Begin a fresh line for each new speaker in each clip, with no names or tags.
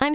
I'm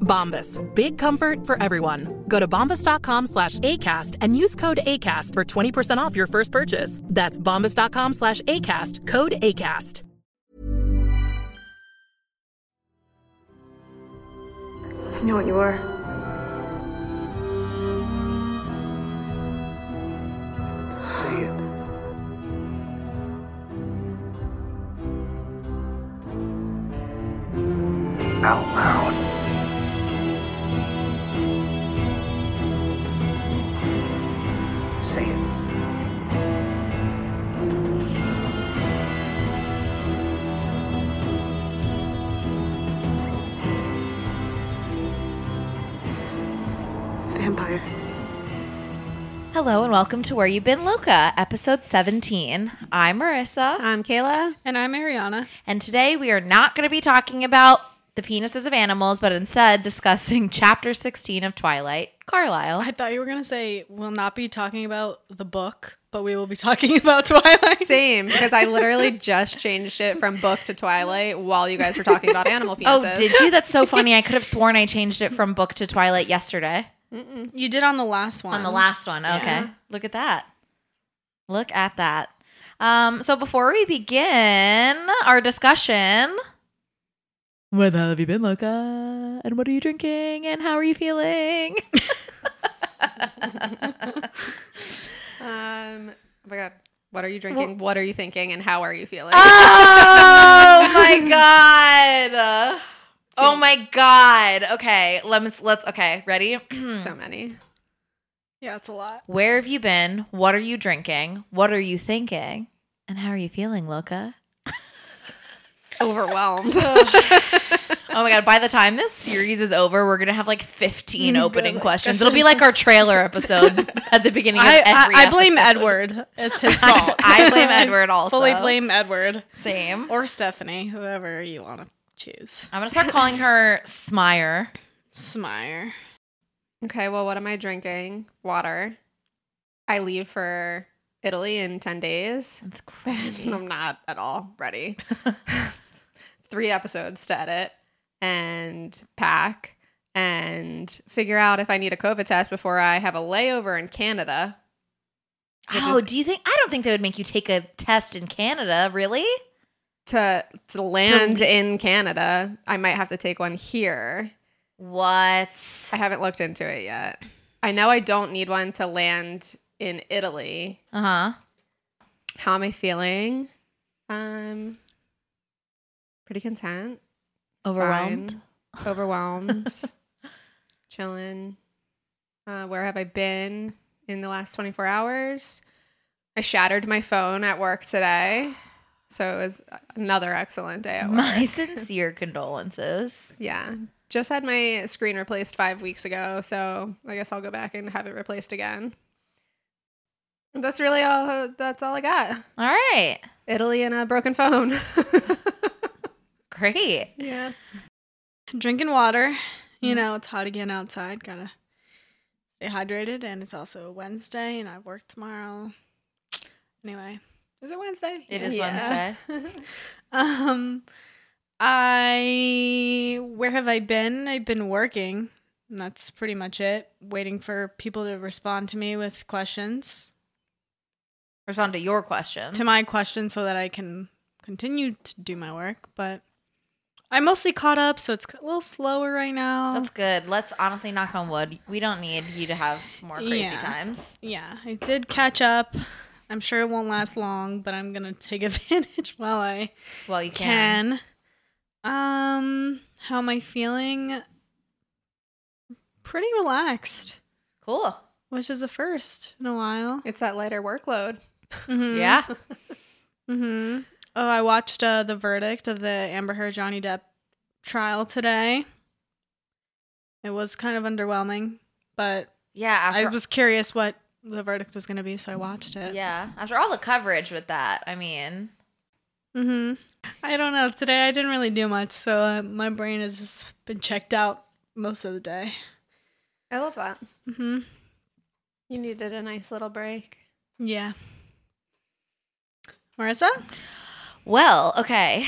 Bombas. Big comfort for everyone. Go to bombas.com slash ACAST and use code ACAST for 20% off your first purchase. That's bombas.com slash ACAST. Code ACAST.
I know what you are.
Say it. Out loud. Say it.
Vampire.
Hello and welcome to Where You Been Luca, episode 17. I'm Marissa.
I'm Kayla.
And I'm Ariana.
And today we are not going to be talking about the penises of animals, but instead discussing chapter 16 of Twilight, Carlisle.
I thought you were going to say, we'll not be talking about the book, but we will be talking about Twilight.
Same, because I literally just changed it from book to Twilight while you guys were talking about animal
oh,
penises.
did you? That's so funny. I could have sworn I changed it from book to Twilight yesterday
You did on the last one.
on the last one. Okay.
Yeah.
Look at that. Look at that. Um, so before we begin our discussion, where the hell have you been, Luca? And what are you drinking? And how are you feeling?
Um, oh my God. What are you drinking? what are you thinking? And how are you feeling?
Ah!
Oh my god. Oh my god. Okay, let's let's okay, ready?
so many. Yeah, it's a lot.
Where have you been? What are you drinking? What are you thinking? And how are you feeling, Loka?
Overwhelmed.
Oh my god, by the time this series is over, we're going to have like 15 opening questions. It'll be like our trailer episode at the beginning of
I,
every
I, I blame
episode.
Edward. It's his fault.
I blame Edward also.
Fully blame Edward.
Same.
Or Stephanie, whoever you want to choose.
I'm going to start calling her Smire.
Smire.
Okay, well, what am I drinking? Water. I leave for Italy in 10 days.
That's crazy.
I'm not at all ready. Three episodes to edit and pack and figure out if I need a COVID test before I have a layover in Canada. Which
Oh,
is
do you think I don't think they would make you take a test in Canada, really?
to to land in Canada, I might have to take one here.
What?
I haven't looked into it yet. I know I don't need one to land in Italy.
Uh-huh.
How am I feeling? Um pretty content.
Overwhelmed.
Fine. Overwhelmed. Chilling. Uh, where have I been in the last 24 hours? I shattered my phone at work today. So it was another excellent day at work.
My sincere condolences.
yeah. Just had my screen replaced five weeks ago. So I guess I'll go back and have it replaced again. That's really all. That's all I got.
All right.
Italy and a broken phone.
Great.
yeah.
Drinking water.
Mm-hmm.
You know, it's hot again outside. Gotta stay hydrated. And it's also Wednesday, and I work tomorrow. Anyway, is it Wednesday?
It is
Yeah. um, I where have I been? I've been working. And that's pretty much it. Waiting for people to respond to me with questions
Respond to your question.
to my questions so that I can continue to do my work. But I'm mostly caught up, so it's a little slower right now.
That's good. Let's honestly knock on wood. We don't need you to have more crazy
Yeah.
times.
yeah, I did catch up. I'm sure it won't last long, but I'm gonna take advantage while I
Well, you can.
can. Um, how am I feeling? Pretty relaxed,
Cool.
which is a first in a while.
It's that lighter workload.
Mhm.
Yeah.
Mm-hmm. Oh, I watched uh, the verdict of the Amber Heard Johnny Depp trial today. It was kind of underwhelming, but
Yeah. After,
I was curious what the verdict was going to be, so I watched it.
yeah. After all the coverage with that, I mean,
Mm-hmm. I don't know. Today I didn't really do much, so uh, my brain has just been checked out most of the day.
I love that.
Mm-hmm.
You needed a nice little break.
Yeah. Marissa?
Well, okay.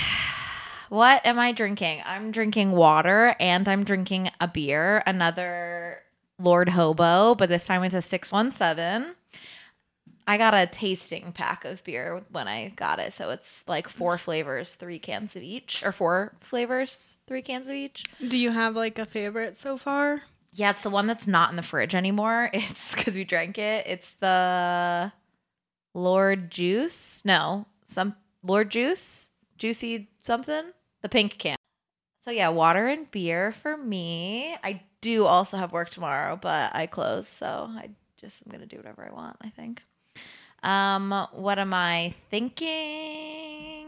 What am I drinking? I'm drinking water and I'm drinking a beer, another Lord Hobo, but this time it's a 617. I got a tasting pack of beer when I got it. So it's like four flavors, three cans of each, or four flavors, three cans of each.
Do you have like a favorite so far?
Yeah, it's the one that's not in the fridge anymore. It's because we drank it. It's the Lord Juice. No, some Lord Juice, Juicy something. The pink can. So yeah, water and beer for me. I do also have work tomorrow, but I close, so I just am gonna do whatever I want. I think. Um, what am I thinking?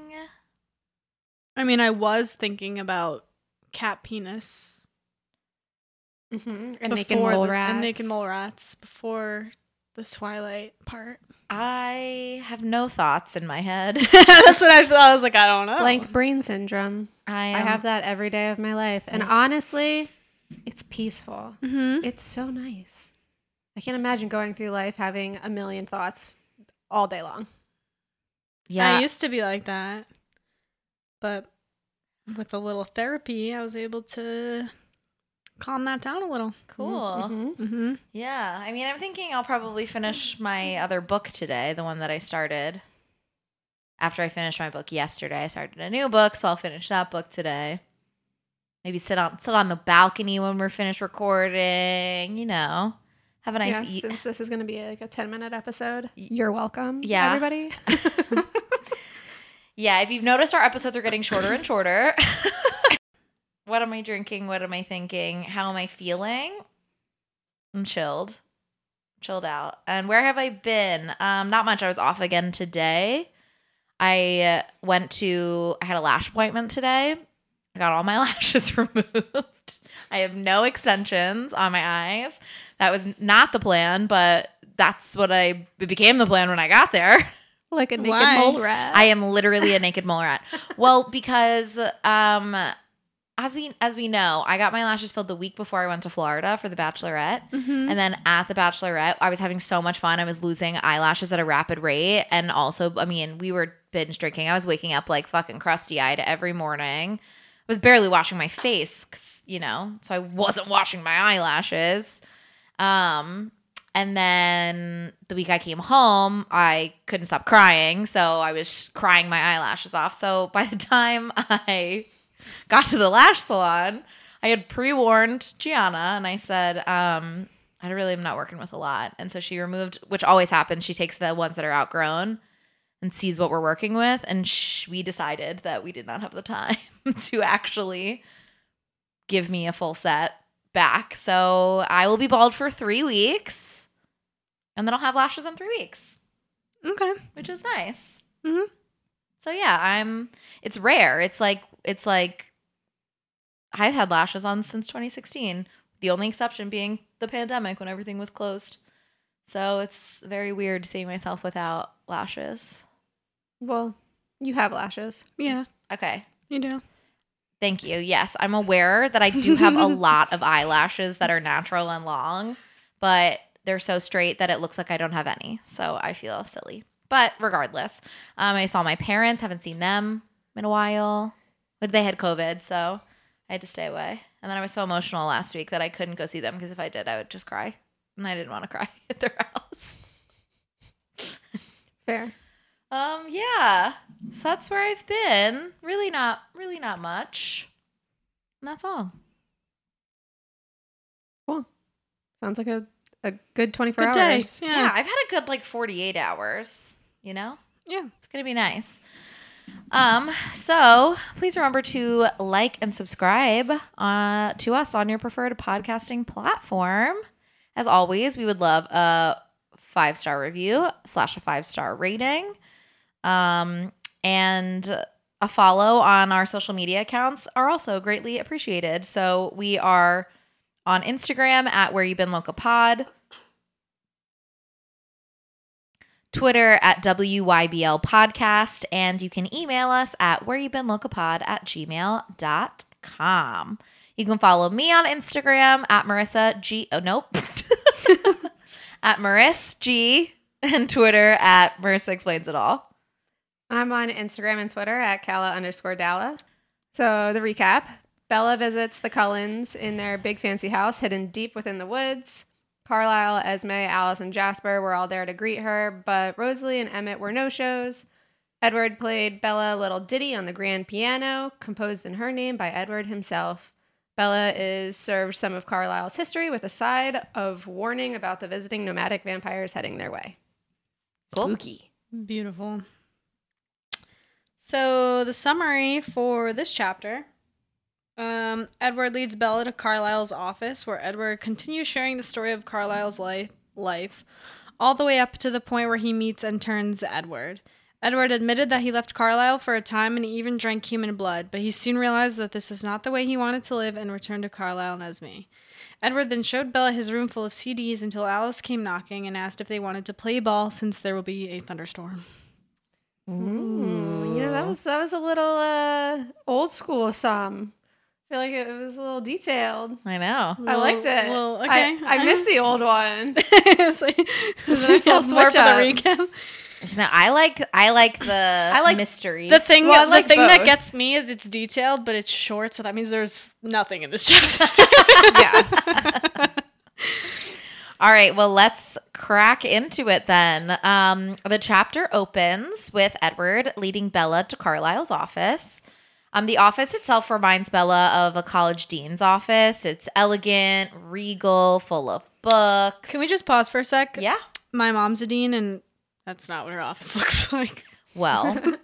I mean, I was thinking about cat penis
Mm-hmm.
before the- and naked mole rats before the twilight part.
I have no thoughts in my head.
That's what I thought. I was like, I don't know.
Blank brain syndrome.
I,
I
am-
have that every day of my life. And honestly, it's peaceful.
Mm-hmm.
It's so nice. I can't imagine going through life having a million thoughts all day long.
Yeah,
I used to be like that, but with a little therapy, I was able to calm that down a little.
cool.
Mm-hmm.
Yeah, I mean, I'm thinking I'll probably finish my other book today, the one that I started. After I finished my book yesterday, I started a new book, so I'll finish that book today. Maybe sit on sit on the balcony when we're finished recording. You know, have a nice e-
yeah,
eat.
since this is going to be like a 10 minute episode, you're welcome.
yeah.
Everybody.
Yeah, if you've noticed, our episodes are getting shorter and shorter. what am I drinking? What am I thinking? How am I feeling? I'm chilled, chilled out. And where have I been? Um, not much. I was off again today. I uh, went to. I had a lash appointment today. I got all my lashes removed. I have no extensions on my eyes. That was not the plan, but that's what I it became the plan when I got there.
like a naked
Why?
mole rat.
I am literally a naked mole rat. Well, because um as we as we know, I got my lashes filled the week before I went to Florida for the bachelorette.
Mm-hmm.
And then at the bachelorette, I was having so much fun. I was losing eyelashes at a rapid rate and also, I mean, we were binge drinking. I was waking up like fucking crusty-eyed every morning. I was barely washing my face, 'cause, you know, so I wasn't washing my eyelashes. Um, and then the week I came home, I couldn't stop crying. So I was crying my eyelashes off. So by the time I got to the lash salon, I had pre warned Gianna and I said, um, I really am not working with a lot. And so she removed, which always happens, she takes the ones that are outgrown and sees what we're working with. And sh- we decided that we did not have the time to actually give me a full set back. So I will be bald for three weeks and then I'll have lashes in three weeks,
Okay.
which is nice.
Mhm.
So yeah, I'm, it's rare. It's like, it's like, I've had lashes on since 2016, the only exception being the pandemic when everything was closed. So it's very weird seeing myself without lashes.
well, you have lashes.
Yeah,
Okay.
you do.
Thank you. Yes, I'm aware that I do have a lot of eyelashes that are natural and long, but they're so straight that it looks like I don't have any. So I feel silly. But regardless, um, I saw my parents. Haven't seen them in a while. But they had COVID, so I had to stay away. And then I was so emotional last week that I couldn't go see them because if I did, I would just cry, and I didn't want to cry at their house.
Fair.
Um, yeah. So that's where I've been. Really not really not much. And that's all.
Sounds like a, a good 24
Good day.
hours.
Yeah, I've had a good like 48 hours. you know?
Yeah.
It's going to be nice. Um, so please remember to like and subscribe uh, to us on your preferred podcasting platform. As always, we would love a five star review slash a five star rating, um, and a follow on our social media accounts are also greatly appreciated. So we are on Instagram at Where You Been Local Pod. Twitter at WYBL Podcast, and you can email us at where you've been locapod at gmail.com. You can follow me on Instagram at Marissa G. Oh, nope. at Maris G. And Twitter at Marissa Explains It All.
I'm on Instagram and Twitter at Calla underscore Dalla. So the recap Bella visits the Cullens in their big fancy house hidden deep within the woods. Carlisle, Esme, Alice, and Jasper were all there to greet her, but Rosalie and Emmett were no shows. Edward played Bella a little ditty on the grand piano, composed in her name by Edward himself. Bella is served some of Carlisle's history with a side of warning about the visiting nomadic vampires heading their way.
Spooky. Beautiful. So the summary for this chapter. Um, Edward leads Bella to Carlyle's office, where Edward continues sharing the story of Carlyle's life, life, all the way up to the point where he meets and turns Edward. Edward admitted that he left Carlyle for a time and even drank human blood, but he soon realized that this is not the way he wanted to live and returned to Carlyle and Esme. Edward then showed Bella his room full of CDs until Alice came knocking and asked if they wanted to play ball since there will be a thunderstorm.
Ooh, Mm, you know that
Mm.
was that was a little uh, old school some. I feel like it was a little detailed.
I know.
I liked it.
Well,
I-
okay.
I, missed the old one.
it's like,
was a nice little
more for
switch up.
the recap.
Now, I like I like the I
like
mystery.
The thing,
Well, I
the
like
thing that
both.
gets me is it's detailed, but it's short, so that means there's nothing in this chapter.
yes.
All right, well, let's crack into it then. Um, the chapter opens with Edward leading Bella to Carlyle's office. Um, the office itself reminds Bella of a college dean's office. It's elegant, regal, full of books.
Can we just pause for a sec?
Yeah.
My mom's a dean, and that's not what her office looks like.
Well,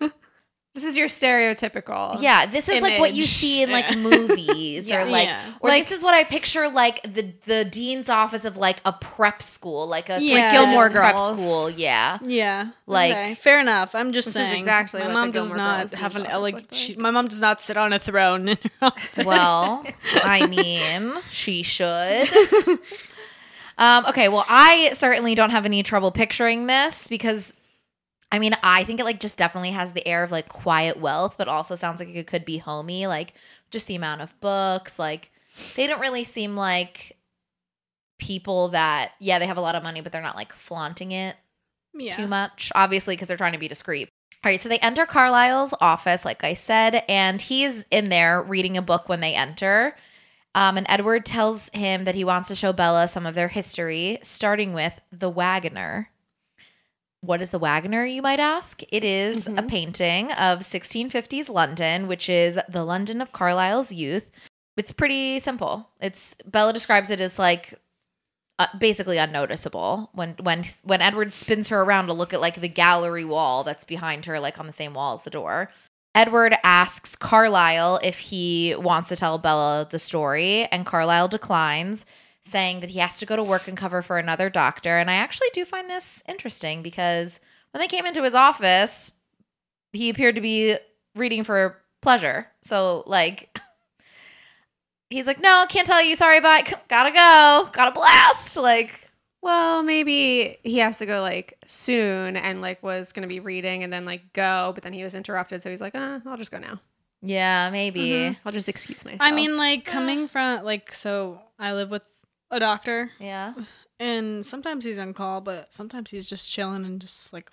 This is your stereotypical.
yeah, this is like what you
Image.
see in like
Yeah.
movies
Yeah.
or like,
Yeah.
or this is what I picture like the the dean's office of like a prep school, like a
Yeah.
prestigious
Gilmore
prep
Girls.
school. Yeah.
Yeah,
Like-
okay, fair enough. I'm just
This is
saying.
exactly
my
what
mom
the
does
Gilmore
not
Girls dean's
have an
office
elegant.
looked
She,
like.
my mom does not sit on a throne. In her office.
Well, I mean, she should. um, okay, well, I certainly don't have any trouble picturing this because I mean, I think it like just definitely has the air of like quiet wealth, but also sounds like it could be homey, like just the amount of books, like they don't really seem like people that yeah, they have a lot of money, but they're not like flaunting it
yeah.
too much, obviously, because they're trying to be discreet. All right, so they enter Carlisle's office, like I said, and he's in there reading a book when they enter. Um, and Edward tells him that he wants to show Bella some of their history, starting with The Wagoner. What is The Wagoner, you might ask? It is a
Mhm.
painting of 1650s London, which is the London of Carlisle's youth. It's pretty simple. It's Bella describes it as like uh, basically unnoticeable when when when Edward spins her around to look at like the gallery wall that's behind her, like on the same wall as the door. Edward asks Carlyle if he wants to tell Bella the story, and Carlyle declines, saying that he has to go to work and cover for another doctor. And I actually do find this interesting because when they came into his office, he appeared to be reading for pleasure. So like he's like, no, can't tell you. Sorry, bye. Gotta go. Gotta blast. Like,
Well, maybe he has to go like soon and like was going to be reading and then like go, but then he was interrupted. So he's like, uh, I'll just go now.
yeah, maybe.
Mm-hmm.
I'll just excuse myself.
I mean, like coming from like so, I live with a doctor,
Yeah.
and sometimes he's on call, but sometimes he's just chilling and just like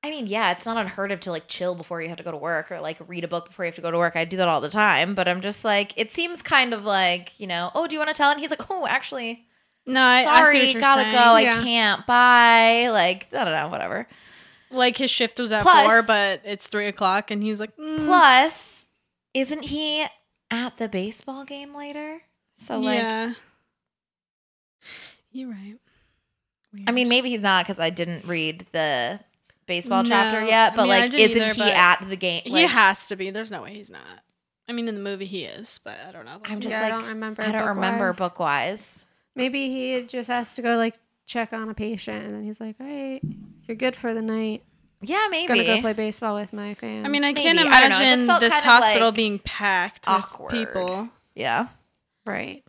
I mean, yeah, it's not unheard of to like chill before you have to go to work or like read a book before you have to go to work. I do that all the time, but I'm just like, it seems kind of like, you know, oh, do you want to tell? And he's like, oh, actually,
no. I, I see
sorry,
what you're
gotta
saying.
go. I
Yeah.
can't. Bye. Like, I don't know, whatever.
Like his shift was at
Plus-
four, but it's three o'clock, and he's like, mm,
Plus, isn't he at the baseball game later? So, like,
yeah. You're right.
I mean, maybe he's not because I didn't read the baseball chapter
No.
yet,
I
but
mean, I
like,
didn't
isn't
either,
he
but
at the game?
he
like-
has to be. There's no way he's not. I mean, in the movie he is, but I don't know.
I'm just
Yeah, I
like,
don't remember
I don't remember
book-wise.
book wise.
Maybe he just has to go like check on a patient, and then he's like, "All right, you're good for the night.
Yeah, maybe.
Gonna go play baseball with my fam."
I mean, I
Maybe.
can't
I don't know. It just
imagine
felt
this
kind of,
hospital
like,
being packed with
awkward.
people.
Yeah,
right?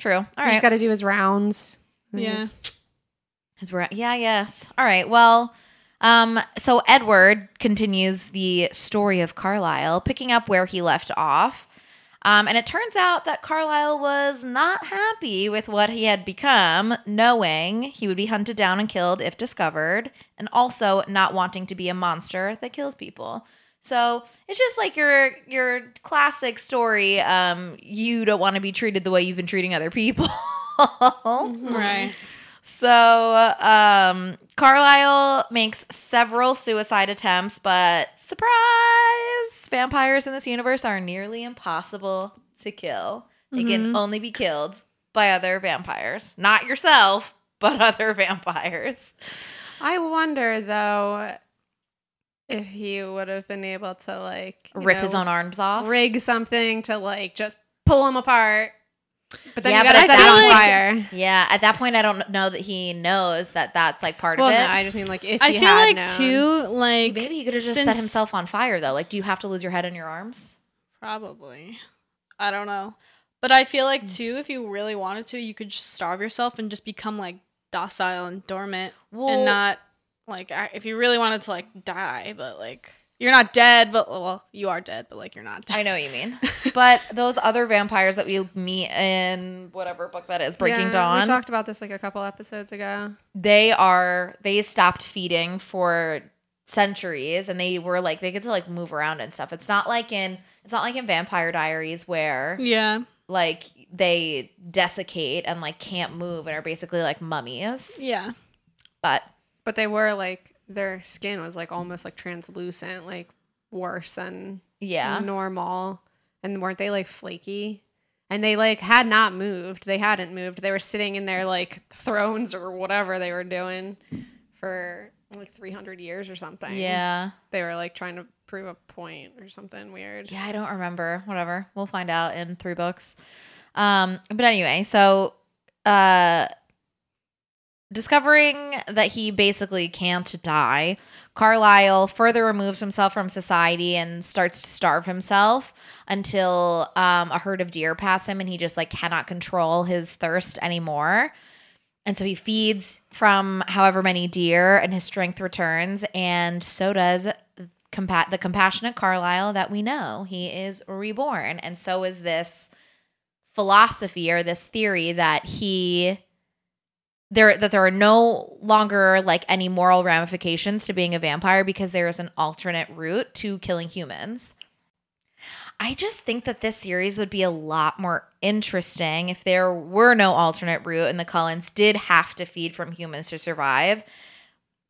true. All
He
right.
just got to do his rounds. And
Yeah.
he's-
'Cause we're at- yeah, yes. All right. Well, um, so Edward continues the story of Carlisle, picking up where he left off. Um, and it turns out that Carlisle was not happy with what he had become, knowing he would be hunted down and killed if discovered, and also not wanting to be a monster that kills people. So it's just like your your classic story. Um, you don't want to be treated the way you've been treating other people.
Right.
So, um, Carlisle makes several suicide attempts, but surprise, vampires in this universe are nearly impossible to kill. They
Mm-hmm.
can only be killed by other vampires, not yourself, but other vampires.
I wonder though if he would have been able to like you
Rip
know,
his own arms off.
rig something to like just pull them apart. But then
Yeah,
you
but
gotta
at
set it
that
on
point-
fire.
Yeah, at that point, I don't know that he knows that that's like part
Well,
of
no,
it.
I just mean like if
I
he
feel
had
like
known.
too, like
Maybe he could have just set
since-
himself on fire, though. Like, do you have to lose your head and your arms?
Probably. I don't know. But I feel like too, if you really wanted to, you could just starve yourself and just become like docile and dormant,
Well-
and not like a- if you really wanted to like die, but like you're not dead, but well, you are dead, but like you're not dead.
I know what you mean. But those other vampires that we meet in whatever book that is, Breaking
Yeah,
Dawn,
We talked about this like a couple episodes ago.
they are they stopped feeding for centuries and they were like they get to like move around and stuff. It's not like in it's not like in Vampire Diaries where
Yeah,
like they desiccate and like can't move and are basically like mummies.
yeah.
But
But they were like their skin was like almost like translucent, like worse than
yeah.
normal. And weren't they like flaky? And they like had not moved. They hadn't moved. They were sitting in their like thrones or whatever they were doing for like 300 years or something.
Yeah.
They were like trying to prove a point or something weird.
Yeah, I don't remember. Whatever. We'll find out in three books. Um, but anyway, so uh discovering that he basically can't die, Carlyle further removes himself from society and starts to starve himself until um a herd of deer pass him and he just like cannot control his thirst anymore. And so he feeds from however many deer, and his strength returns, and so does compa- the compassionate Carlisle that we know. He is reborn, and so is this philosophy or this theory that he there that there are no longer like any moral ramifications to being a vampire because there is an alternate route to killing humans. I just think that this series would be a lot more interesting if there were no alternate route and the Cullens did have to feed from humans to survive.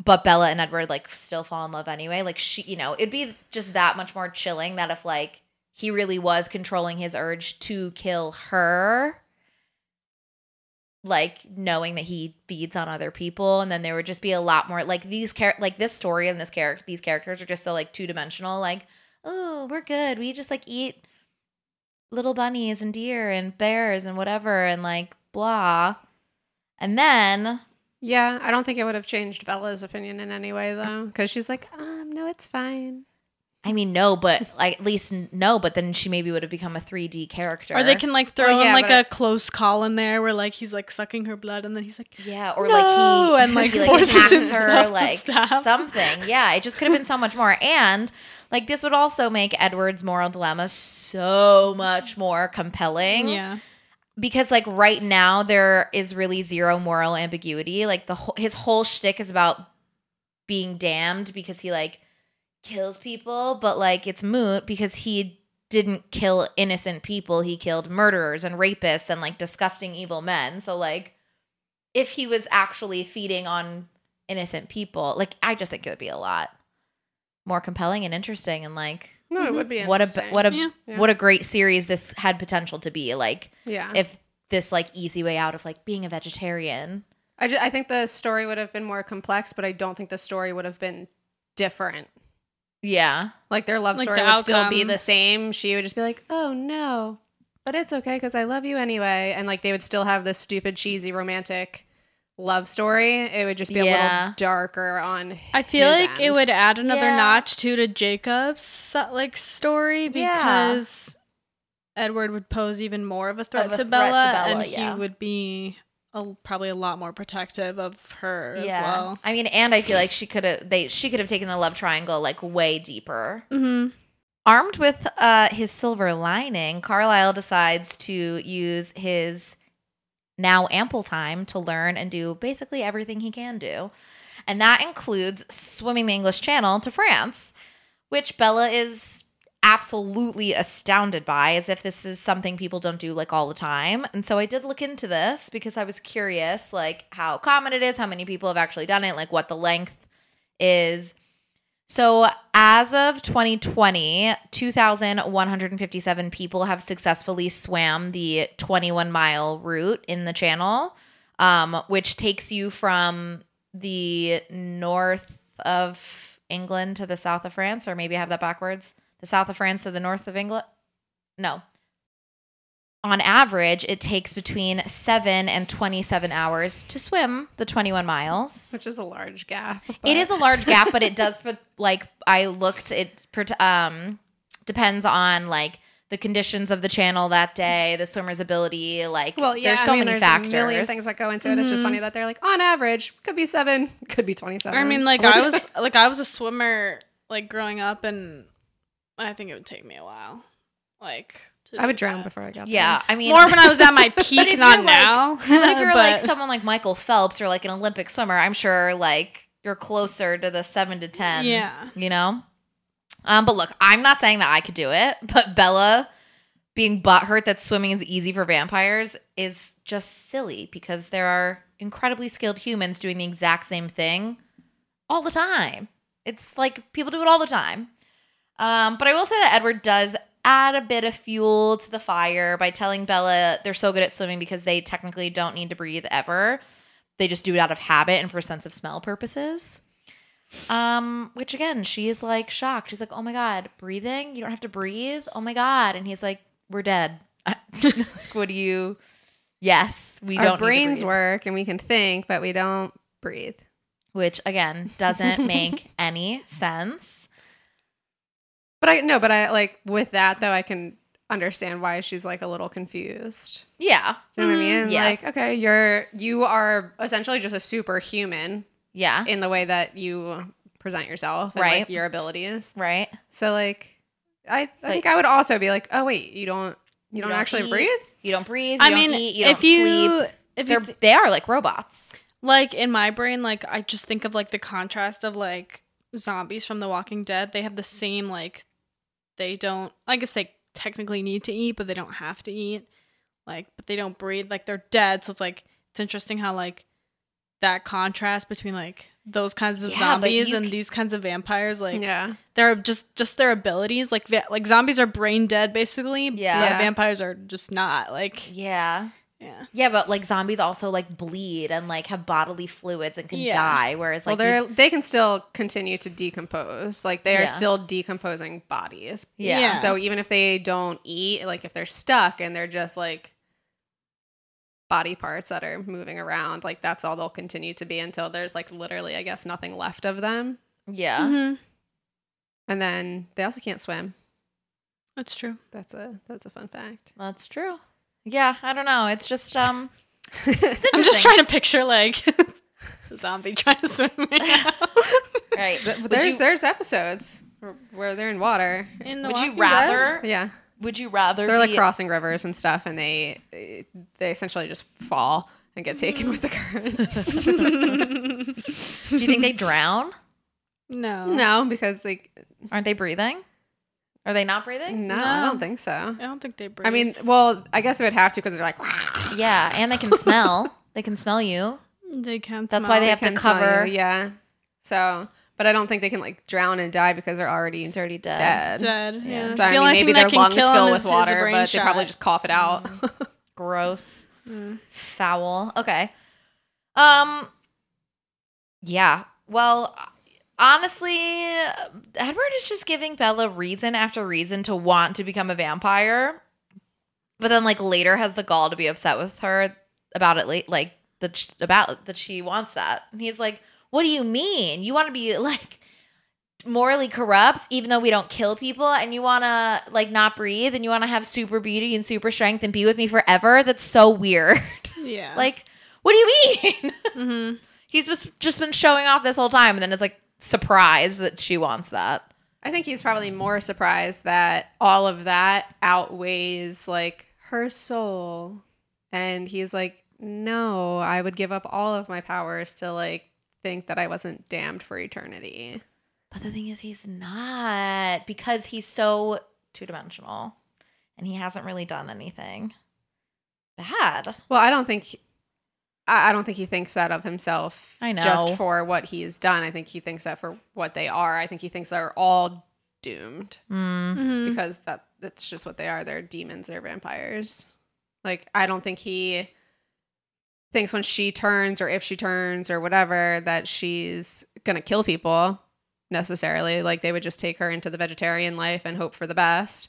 But Bella and Edward like still fall in love anyway. Like she, you know, it'd be just that much more chilling that if like he really was controlling his urge to kill her, like knowing that he feeds on other people, and then there would just be a lot more like these char- like this story and this character, these characters are just so like two dimensional. Like oh, we're good. We just like eat little bunnies and deer and bears and whatever and like blah. And then
Yeah, I don't think it would have changed Bella's opinion in any way though, because she's like, um, no, it's fine.
I mean no, but like at least n- no, but then she maybe would have become a 3D character.
Or they can like throw
yeah,
in like
but
a
I-
close call in there where like he's like sucking her blood, and then he's like,
yeah, or
No,
like he
and, like,
he, like
forces
attacks
himself
her
to
like
stop.
something. Yeah, it just could have been so much more. And like this would also make Edward's moral dilemma so much more compelling.
yeah,
because like right now there is really zero moral ambiguity. Like the whole, his whole shtick is about being damned because he like kills people, but like it's moot because he didn't kill innocent people. He killed murderers and rapists and like disgusting evil men. So like if he was actually feeding on innocent people, like I just think it would be a lot more compelling and interesting and like
No, it would be.
what a
interesting.
what a
Yeah.
Yeah.
what a great series this had potential to be like
yeah.
if this like easy way out of like being a vegetarian.
I, ju- I think the story would have been more complex, but I don't think the story would have been different.
Yeah.
Like their love
Like
story
the
would still be
outcome.
the same. She would just be like, "Oh no, but it's okay because I love you anyway." And like they would still have this stupid, cheesy, romantic love story. It would just be a
Yeah.
little darker on.
I feel
his
like it
end.
would add another
Yeah.
notch too to Jacob's uh, like story
Yeah.
because Edward would pose even more of a threat,
Of a
to,
threat to
Bella,
Bella,
and
yeah.
he would be a, probably a lot more protective of her as well.
I mean, and I feel like she could have they she could have taken the love triangle like way deeper.
Mm-hmm.
Armed with uh, his silver lining, Carlyle decides to use his now ample time to learn and do basically everything he can do. And that includes swimming the English Channel to France, which Bella is absolutely astounded by, as if this is something people don't do like all the time. And so I did look into this because I was curious, like how common it is, how many people have actually done it, like what the length is. So, as of 2020, 2,157 people have successfully swam the 21 mile route in the channel, um, which takes you from the north of England to the south of France, or maybe I have that backwards. The south of France to the north of England? No. On average, it takes between seven and 27 hours to swim the 21 miles.
which is a large gap.
It is a large gap, but it does put like I looked. It pert- um depends on like the conditions of the channel that day, the swimmer's ability. Like,
Well, yeah,
there's so
I mean,
many
there's
factors. Mm-hmm.
a million things that go into it. It's just funny that they're like, on average, could be seven, could be twenty-seven.
I
Mm-hmm.
mean, like I was like I was a swimmer like growing up, and I think it would take me a while. Like to
I would
do
drown
that.
before I got there.
yeah, I mean,
More when I was at my
But if
peak,
you're,
not
like-
now.
but if you're like
But-
someone like Michael Phelps or like an Olympic swimmer, I'm sure like you're closer to the seven to ten.
Yeah.
you know. Um, but look, I'm not saying that I could do it, but Bella being butthurt that swimming is easy for vampires is just silly because there are incredibly skilled humans doing the exact same thing all the time. It's like people do it all the time. Um, but I will say that Edward does add a bit of fuel to the fire by telling Bella they're so good at swimming because they technically don't need to breathe ever. They just do it out of habit and for sense of smell purposes. Um, which again, she is like shocked. She's like, "Oh my god, breathing? You don't have to breathe? Oh my god!" And he's like, "We're dead. like, what do you? Yes, we
our
don't. need
brains
to breathe."
work and we can think, but we don't breathe.
which again doesn't make any sense.
But I no, but I like with that though, I can understand why she's like a little confused.
Yeah,
You know what I mean?
Mm, yeah.
Like, okay, you're you are essentially just a superhuman
yeah,
in the way that you present yourself and
Right.
like your abilities.
right.
So like I, I
But-
think I would also be like, oh wait, you don't you,
You
don't,
don't
actually
eat.
breathe?
You don't breathe. You
I
don't
mean,
eat. You
if
don't
you
sleep.
if you
They're they are like robots.
like in my brain like i just think of like the contrast of like zombies from the walking dead they have the same like they don't i guess they technically need to eat but they don't have to eat like but they don't breathe like they're dead so it's like it's interesting how like that contrast between like those kinds of
Yeah, but
zombies
you
and
c-
these kinds of vampires like they're just just their abilities like va- like zombies are brain dead basically
Yeah.
but vampires are just not like
Yeah.
yeah
Yeah, but like zombies also like bleed and like have bodily fluids and can
Yeah.
die, whereas like
well they're
these-
they can still continue to decompose. Like they are
Yeah.
still decomposing bodies.
yeah.
Yeah.
So even if they don't eat, like if they're stuck and they're just like body parts that are moving around, like that's all they'll continue to be until there's like literally, I guess, nothing left of them.
yeah,
Mm-hmm.
Mhm.
And then they also can't swim.
that's true
That's a that's a fun fact.
that's true. Yeah, I don't know. It's just um, it's
I'm just
interesting.
trying to picture like a zombie trying to swim right now.
Right.
Th-
Would
there's
you,
there's episodes where they're in water.
In
would you
Walking
rather?
Yeah,
Would you rather?
they're like
be-
crossing rivers and stuff, and they they essentially just fall and get taken with the current.
Do you think they drown?
Dead? No,
no, because like
Aren't they breathing? Are they not breathing?
no, I
No.
don't think so.
I don't think they breathe.
I mean, well, I guess it would have to because they're like, "Wah."
Yeah, and they can smell. they can smell you.
they can.
That's why they
They
have to
can smell
cover.
you, yeah. So, but I don't think they can like drown and die because they're already
It's already dead.
dead.
dead. Yeah.
So I mean, maybe their lungs fill with water, but they probably just cough it out.
Gross. Foul. Okay. Um. Yeah. Well, honestly, Edward is just giving Bella reason after reason to want to become a vampire, but then like later has the gall to be upset with her about it. Late, like that about that she wants that, and he's like, "What do you mean? You want to be like?" morally corrupt even though we don't kill people and you want to like not breathe and you want to have super beauty and super strength and be with me forever that's so weird
Yeah. Mm-hmm.
like what do you mean
mm-hmm.
he's just just been showing off this whole time and then is like surprised that she wants that
I think he's probably more surprised that all of that outweighs like her soul. And he's like, no, I would give up all of my powers to like think that I wasn't damned for eternity.
but the thing is he's not because he's so two-dimensional and he hasn't really done anything bad
Well, I don't think I I don't think he thinks that of himself.
I know.
just for what he's done. I think he thinks that for what they are. I think he thinks they're all doomed
Mm-hmm. Hmm.
Mm-hmm.
because that that's just what they are. They're demons. They're vampires. Like I don't think he thinks when she turns or if she turns or whatever that she's gonna kill people necessarily. Like they would just take her into the vegetarian life and hope for the best,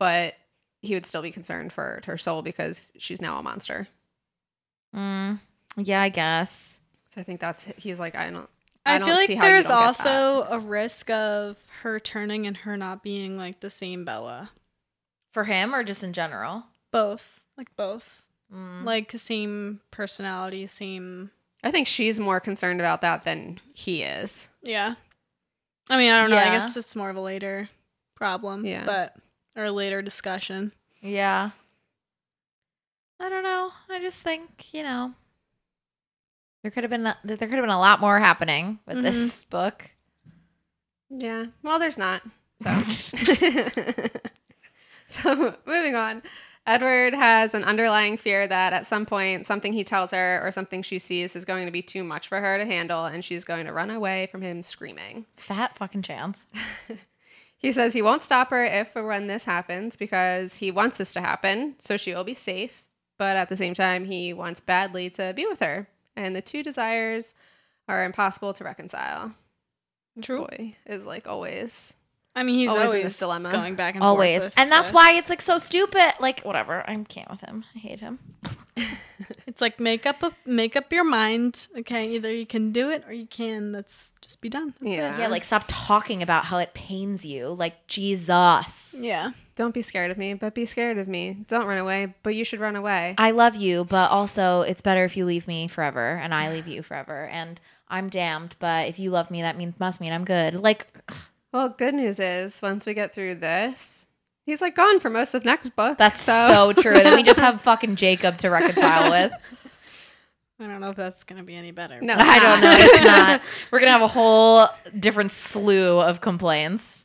but. He would still be concerned for her soul because she's now a monster.
Mm, yeah i guess
So I think that's he's like I don't.
I,
don't
feel
see
like
how you
there's
don't get that.
also a risk of her turning and her not being like the same Bella.
for him or just in general
Both. Like both.
Mm.
Like same personality, same
I think she's more concerned about that than he is.
Yeah. I mean, I don't know. I
Yeah.
guess it's more of a later problem.
Yeah.
But or a later discussion.
Yeah. I don't know. I just think, you know, there could have been a, there could have been a lot more happening with
Mm-hmm.
this book.
Yeah. Well, there's not. So. so moving on. Edward has an underlying fear that at some point something he tells her or something she sees is going to be too much for her to handle and she's going to run away from him screaming.
Fat fucking chance.
He says he won't stop her if or when this happens because he wants this to happen, so she will be safe. But at the same time, he wants badly to be with her, and the two desires are impossible to reconcile. This
True.
boy is like always.
I mean, he's
Always
always,
in this dilemma.
going back and
Always.
forth with
And that's
this.
why it's like so stupid. Like whatever. I can't with him. I hate him.
it's like make up a make up your mind. Okay, either you can do it or you can. Let's just be done. That's
Yeah.
Yeah, like stop talking about how it pains you. Like Jesus.
It. Yeah.
Don't be scared of me, but be scared of me. Don't run away, but you should run away.
I love you, but also it's better if you leave me forever and I leave you forever and I'm damned, but if you love me that means must mean I'm good. Like
Well, good news is once we get through this, he's like gone for most of next book.
That's so, true. Then we just have fucking Jacob to reconcile with.
I don't know if that's gonna be any better.
No,
I don't know. It's not. We're gonna have a whole different slew of complaints.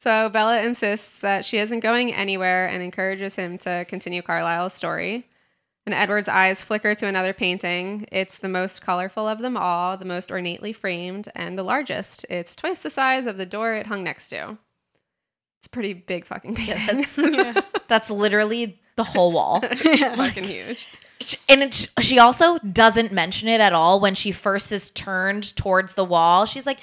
So Bella insists that she isn't going anywhere and encourages him to continue Carlyle's story. And Edward's eyes flicker to another painting. It's the most colorful of them all, the most ornately framed, and the largest. It's twice the size of the door it hung next to. It's a pretty big fucking painting.
That's literally the whole wall.
it's fucking huge.
And it, she also doesn't mention it at all when she first is turned towards the wall. She's like,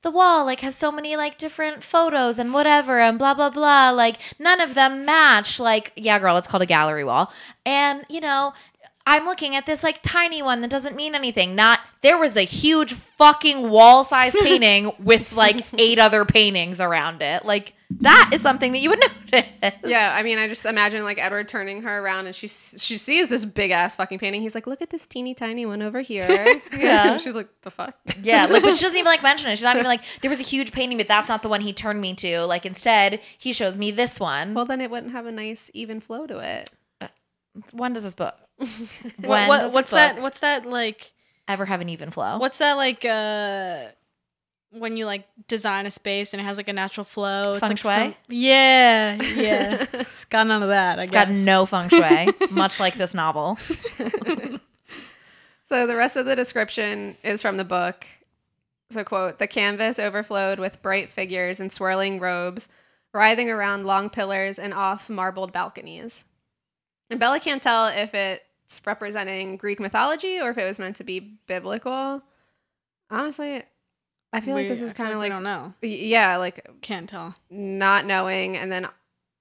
the wall like has so many like different photos and whatever and blah blah blah. Like none of them match. Like yeah, girl, it's called a gallery wall. And you know, I'm looking at this like tiny one that doesn't mean anything. Not there was a huge fucking wall-sized painting with like eight other paintings around it. Like that is something that you would notice.
Yeah, I mean, I just imagine like Edward turning her around, and she s- she sees this big ass fucking painting. He's like, "Look at this teeny tiny one over here."
Yeah.
she's like, "The fuck."
Yeah, like, but she doesn't even like mention it. She's not even like, there was a huge painting, but that's not the one he turned me to. Like, instead, he shows me this one. Uh,
Well, then it wouldn't have a nice even flow to it.
when does this book?
What-
When
what-
does Oh. this
what's
book
that? What's that like?
ever have an even flow?
What's that like? uh When you like design a space and it has like a natural flow. It's
Feng
like
shui?
some- yeah, yeah. it's got none of that. I
It's
guess
got no feng shui, much like this novel.
So the rest of the description is from the book. So quote, the canvas overflowed with bright figures in swirling robes, writhing around long pillars and off marbled balconies. And Bella can't tell if it's representing Greek mythology or if it was meant to be biblical. Honestly, I feel like this
We-
is
I feel
kind of
we
like,
don't know.
Y- yeah, like
Can't tell.
not knowing, and then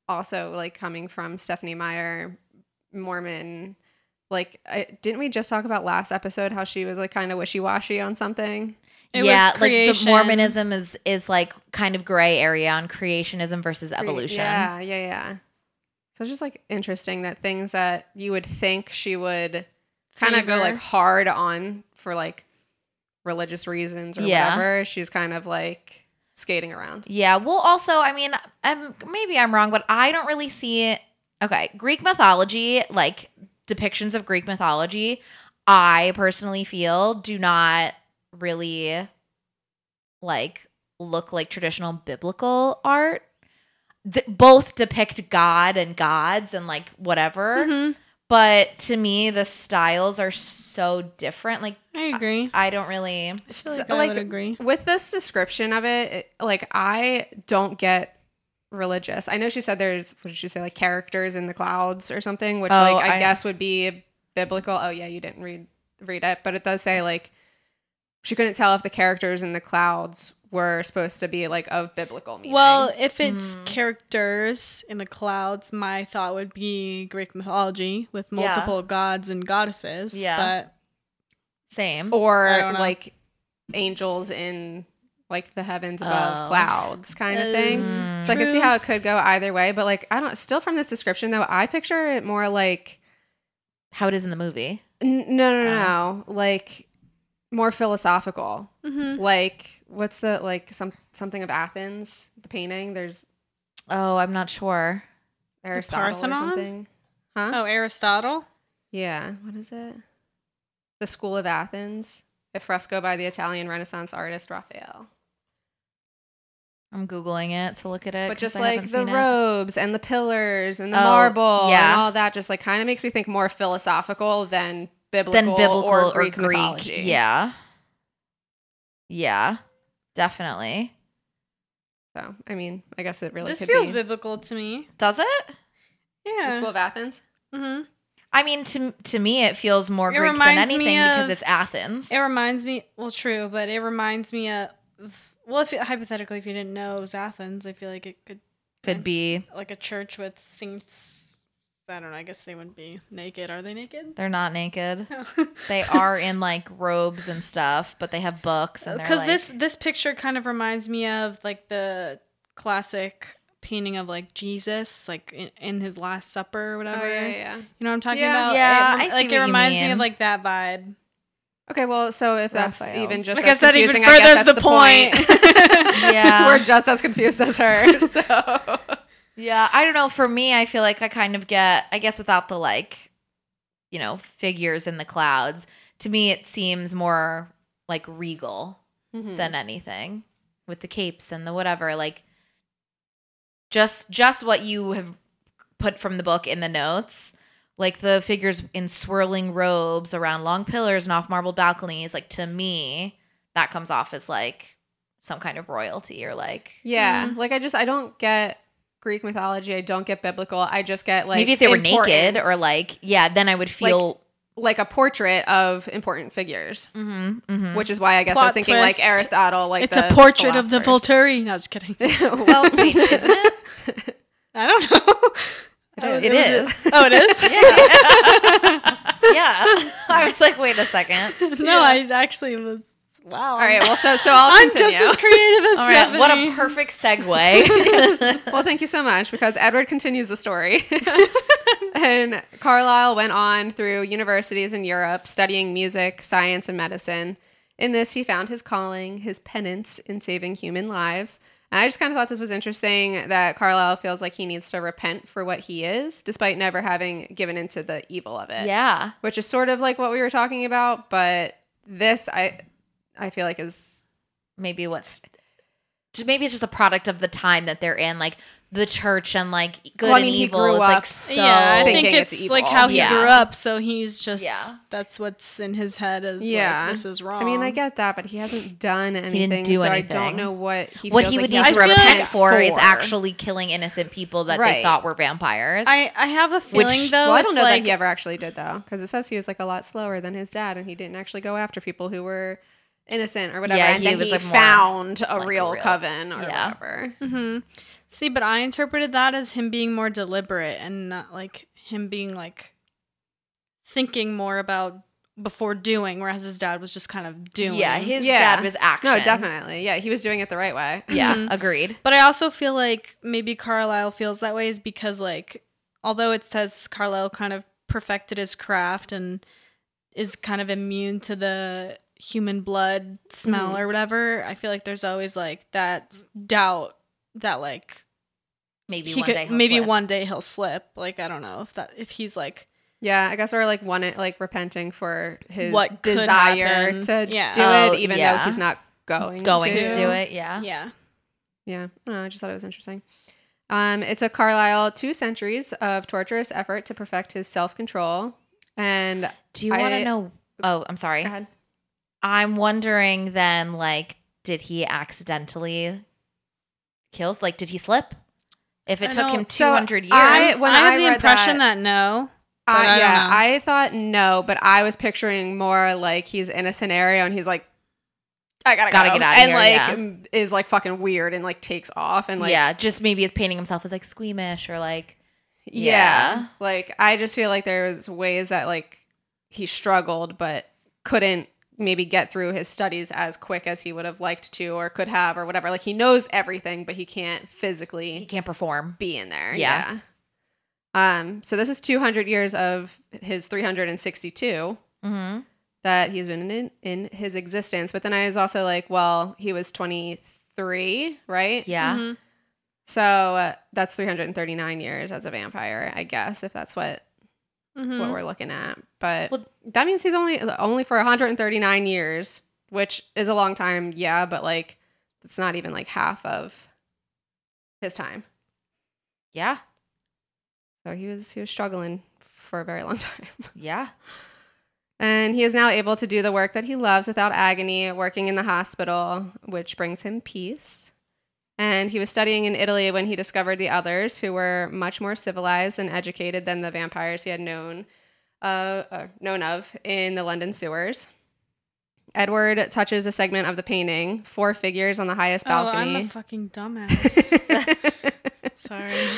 also like coming from Stephanie Meyer, Mormon. Like, I, didn't we just talk about last episode how she was like kind of wishy washy on something?
It
yeah, like
was
the
creation.
Mormonism is is like kind of gray area on creationism versus evolution.
Yeah, yeah, yeah. So it's just like interesting that things that you would think she would kind of go
Favor.
like hard on for like religious reasons or
Yeah.
whatever, she's kind of like skating around.
Yeah. Well, also, I mean, I'm, maybe I'm wrong, but I don't really see it. Okay. Greek mythology, like depictions of Greek mythology, I personally feel do not really like look like traditional biblical art. Th- both depict God and gods and like whatever.
Mhm.
But to me, the styles are so different. Like,
I agree.
I don't really.
I feel like,
So,
I
like,
would agree.
With this description of it, it, like I don't get religious. I know she said there's what did she say like characters in the clouds or something, which
Oh,
like I,
I-
guess would be biblical. Oh yeah, you didn't read read it, but it does say like she couldn't tell if the characters in the clouds were supposed to be like of biblical meaning.
Well, if it's
Hmm.
characters in the clouds, my thought would be Greek mythology with
Yeah.
multiple gods and goddesses.
Yeah. Same.
I
or
don't know.
like angels in like the heavens above
Oh.
clouds kind of thing.
Mm.
So I could see
True.
how it could go either way, but like I don't still from this description though, I picture it more like
How it is in the movie.
n- no no
Uh.
no, like more philosophical.
But Mhm.
Like what's the like some something of Athens, the painting, there's
Oh, I'm not sure.
Aristotle or
Parthenon?
something. Huh?
oh, Aristotle.
Yeah, what is it? The School of Athens, a fresco by the Italian Renaissance artist Raphael.
I'm googling it to look at it.
but
'cause
just
I
like
haven't
the
seen it.
robes and the pillars and the
Oh,
marble
yeah.
and all that just like kind of makes me think more philosophical than biblical,
then biblical
or Greek, mythology.
Yeah, yeah, definitely.
So I mean, I guess it really
this
could
feels
be
biblical to me.
Does it?
Yeah.
the School of Athens.
hmm
I mean, to to me, it feels more
It
Greek than
reminds me
anything because
of-
it's Athens.
It reminds me, well, true, but it reminds me of, well, if hypothetically, if you didn't know it was Athens, I feel like it could,
Could be
like a church with saints. I don't know. I guess they wouldn't be naked. Are they naked?
they're not naked.
Because
They are in like robes and stuff, but they have books
Uh,
and they're like,
this this picture kind of reminds me of like the classic painting of like Jesus, like in, in his Last Supper or whatever.
Oh, yeah.
You know what I'm talking
Yeah.
about?
Yeah,
It rem-
I see
like
what
it
you
reminds me
mean.
of like that vibe.
Okay, well, so if that's
Raphael's.
even just
Like
as
I said, even
confusing, I guess
furthers the
that's
point.
Yeah.
we're just as confused as her. So
Yeah, I don't know. For me, I feel like I kind of get, I guess, without the like, you know, figures in the clouds, to me, it seems more like regal than anything with the capes and the whatever. Like, just just what you have put from the book in the notes, like the figures in swirling robes around long pillars and off marble balconies. Like to me, that comes off as like some kind of royalty or like
yeah, like I just I don't get Greek mythology. I don't get biblical. I just get like
maybe if they were naked or
importance.
like yeah then i would feel
like a portrait of important figures.
Mhm, mhm.
which is why I guess I was
Mm-hmm, Plot
thinking like
twist.
Aristotle, like
it's
the
a portrait of the
philosophers.
Volturi. No, just kidding.
well,
Wait, isn't it?
I don't know. Oh,
It
was
is.
Oh, it is.
yeah i was like wait a second
No, I actually was. Wow.
all right. Well, so so I'll
I'm
continue.
just as creative as
all right what a
Stephanie.
perfect segue
well, thank you so much because Edward continues the story. and Carlyle went on through universities in Europe studying music, science, and medicine. In this, he found his calling, his penance in saving human lives. And I just kind of thought this was interesting that Carlyle feels like he needs to repent for what he is, despite never having given into the evil of it.
yeah
which is sort of like what we were talking about, but this I I feel like is
maybe what's just maybe it's just a product of the time that they're in like the church and like good
Well, I mean,
and
he
evil
grew
is
up
like so
yeah, I think
thinking
it's,
it's
like
evil.
how he
Yeah.
grew up, so he's just
Yeah.
that's what's in his head is yeah.
yeah.
this is wrong.
I mean, I get that, but he hasn't done anything.
didn't do
so I
anything.
don't know what he
what
feels
he
like
would
has
need to
I feel
repent
like-
for, is
for.
actually killing innocent people that they
Right.
thought were vampires
I, I have a
Which-
feeling though.
Well, I don't
it's
know
like,
that he ever actually did though, because it says he was like a lot slower than his dad, and he didn't actually go after people who were innocent or whatever.
Yeah,
and
he
then
was,
he
like, more
found a
like a
real,
real-
coven or
yeah.
whatever.
hmm See, but I interpreted that as him being more deliberate and not like him being like thinking more about before doing, whereas his dad was just kind of doing.
Yeah, his
Yeah.
dad was action.
No, definitely. Yeah, he was doing it the right way.
Yeah,
Mhm.
agreed.
But I also feel like maybe Carlisle feels that way is because like although it says Carlisle kind of perfected his craft and is kind of immune to the human blood smell
Mm-hmm.
or whatever, I feel like there's always like that s- doubt that like
Maybe
he
one
could
day. he'll
maybe
slip.
one day he'll slip. Like I don't know if that if he's like
Yeah, I guess we're like one like repenting for his
What could
desire
happen.
to
Yeah.
do
Oh,
it, even
yeah.
though he's not going
going
to.
to do it. Yeah.
yeah.
Yeah, I don't know, I just thought it was interesting. Um, it's a Carlisle two centuries of torturous effort to perfect his self control, and
Do you want
I-
to know? Oh, I'm sorry.
go ahead.
I'm wondering then, like, did he accidentally kills? Like, did he slip? If it
I
took
know.
him
So
200
I-
years,
when
I have
I
the
read
impression
that-
that, no. but
I,
I don't
Uh, yeah,
know.
I thought no, but I was picturing more like he's in a scenario and he's like, I gotta,
Gotta
go,"
get outta
and
here,
like
yeah.
m- is like fucking weird and like takes off and like
yeah, just maybe he's painting himself as like squeamish or like,
Yeah.
Yeah.
Like I just feel like there was ways that like he struggled but couldn't maybe get through his studies as quick as he would have liked to or could have or whatever. Like he knows everything but he can't physically
he can't perform.
be in there.
Yeah.
yeah. Um so this is 200 years of his 362
hmm
that he's been in in his existence. But then I was also like, well, he was 23, right?
Yeah.
Mhm.
So uh, that's 339 years as a vampire, I guess, if that's what
Mhm.
what we're looking at. But
Well-
Hmm. that means he's only only for 139 years, which is a long time, yeah, but like it's not even like half of his time.
Yeah.
So he was he was struggling for a very long time.
Yeah.
And he is now able to do the work that he loves without agony, working in the hospital, which brings him peace. And he was studying in Italy when he discovered the others, who were much more civilized and educated than the vampires he had known, uh, uh, known of in the London sewers. Edward touches a segment of the painting, four figures on the highest
Oh, I'm a
balcony.
fucking dumbass. Sorry.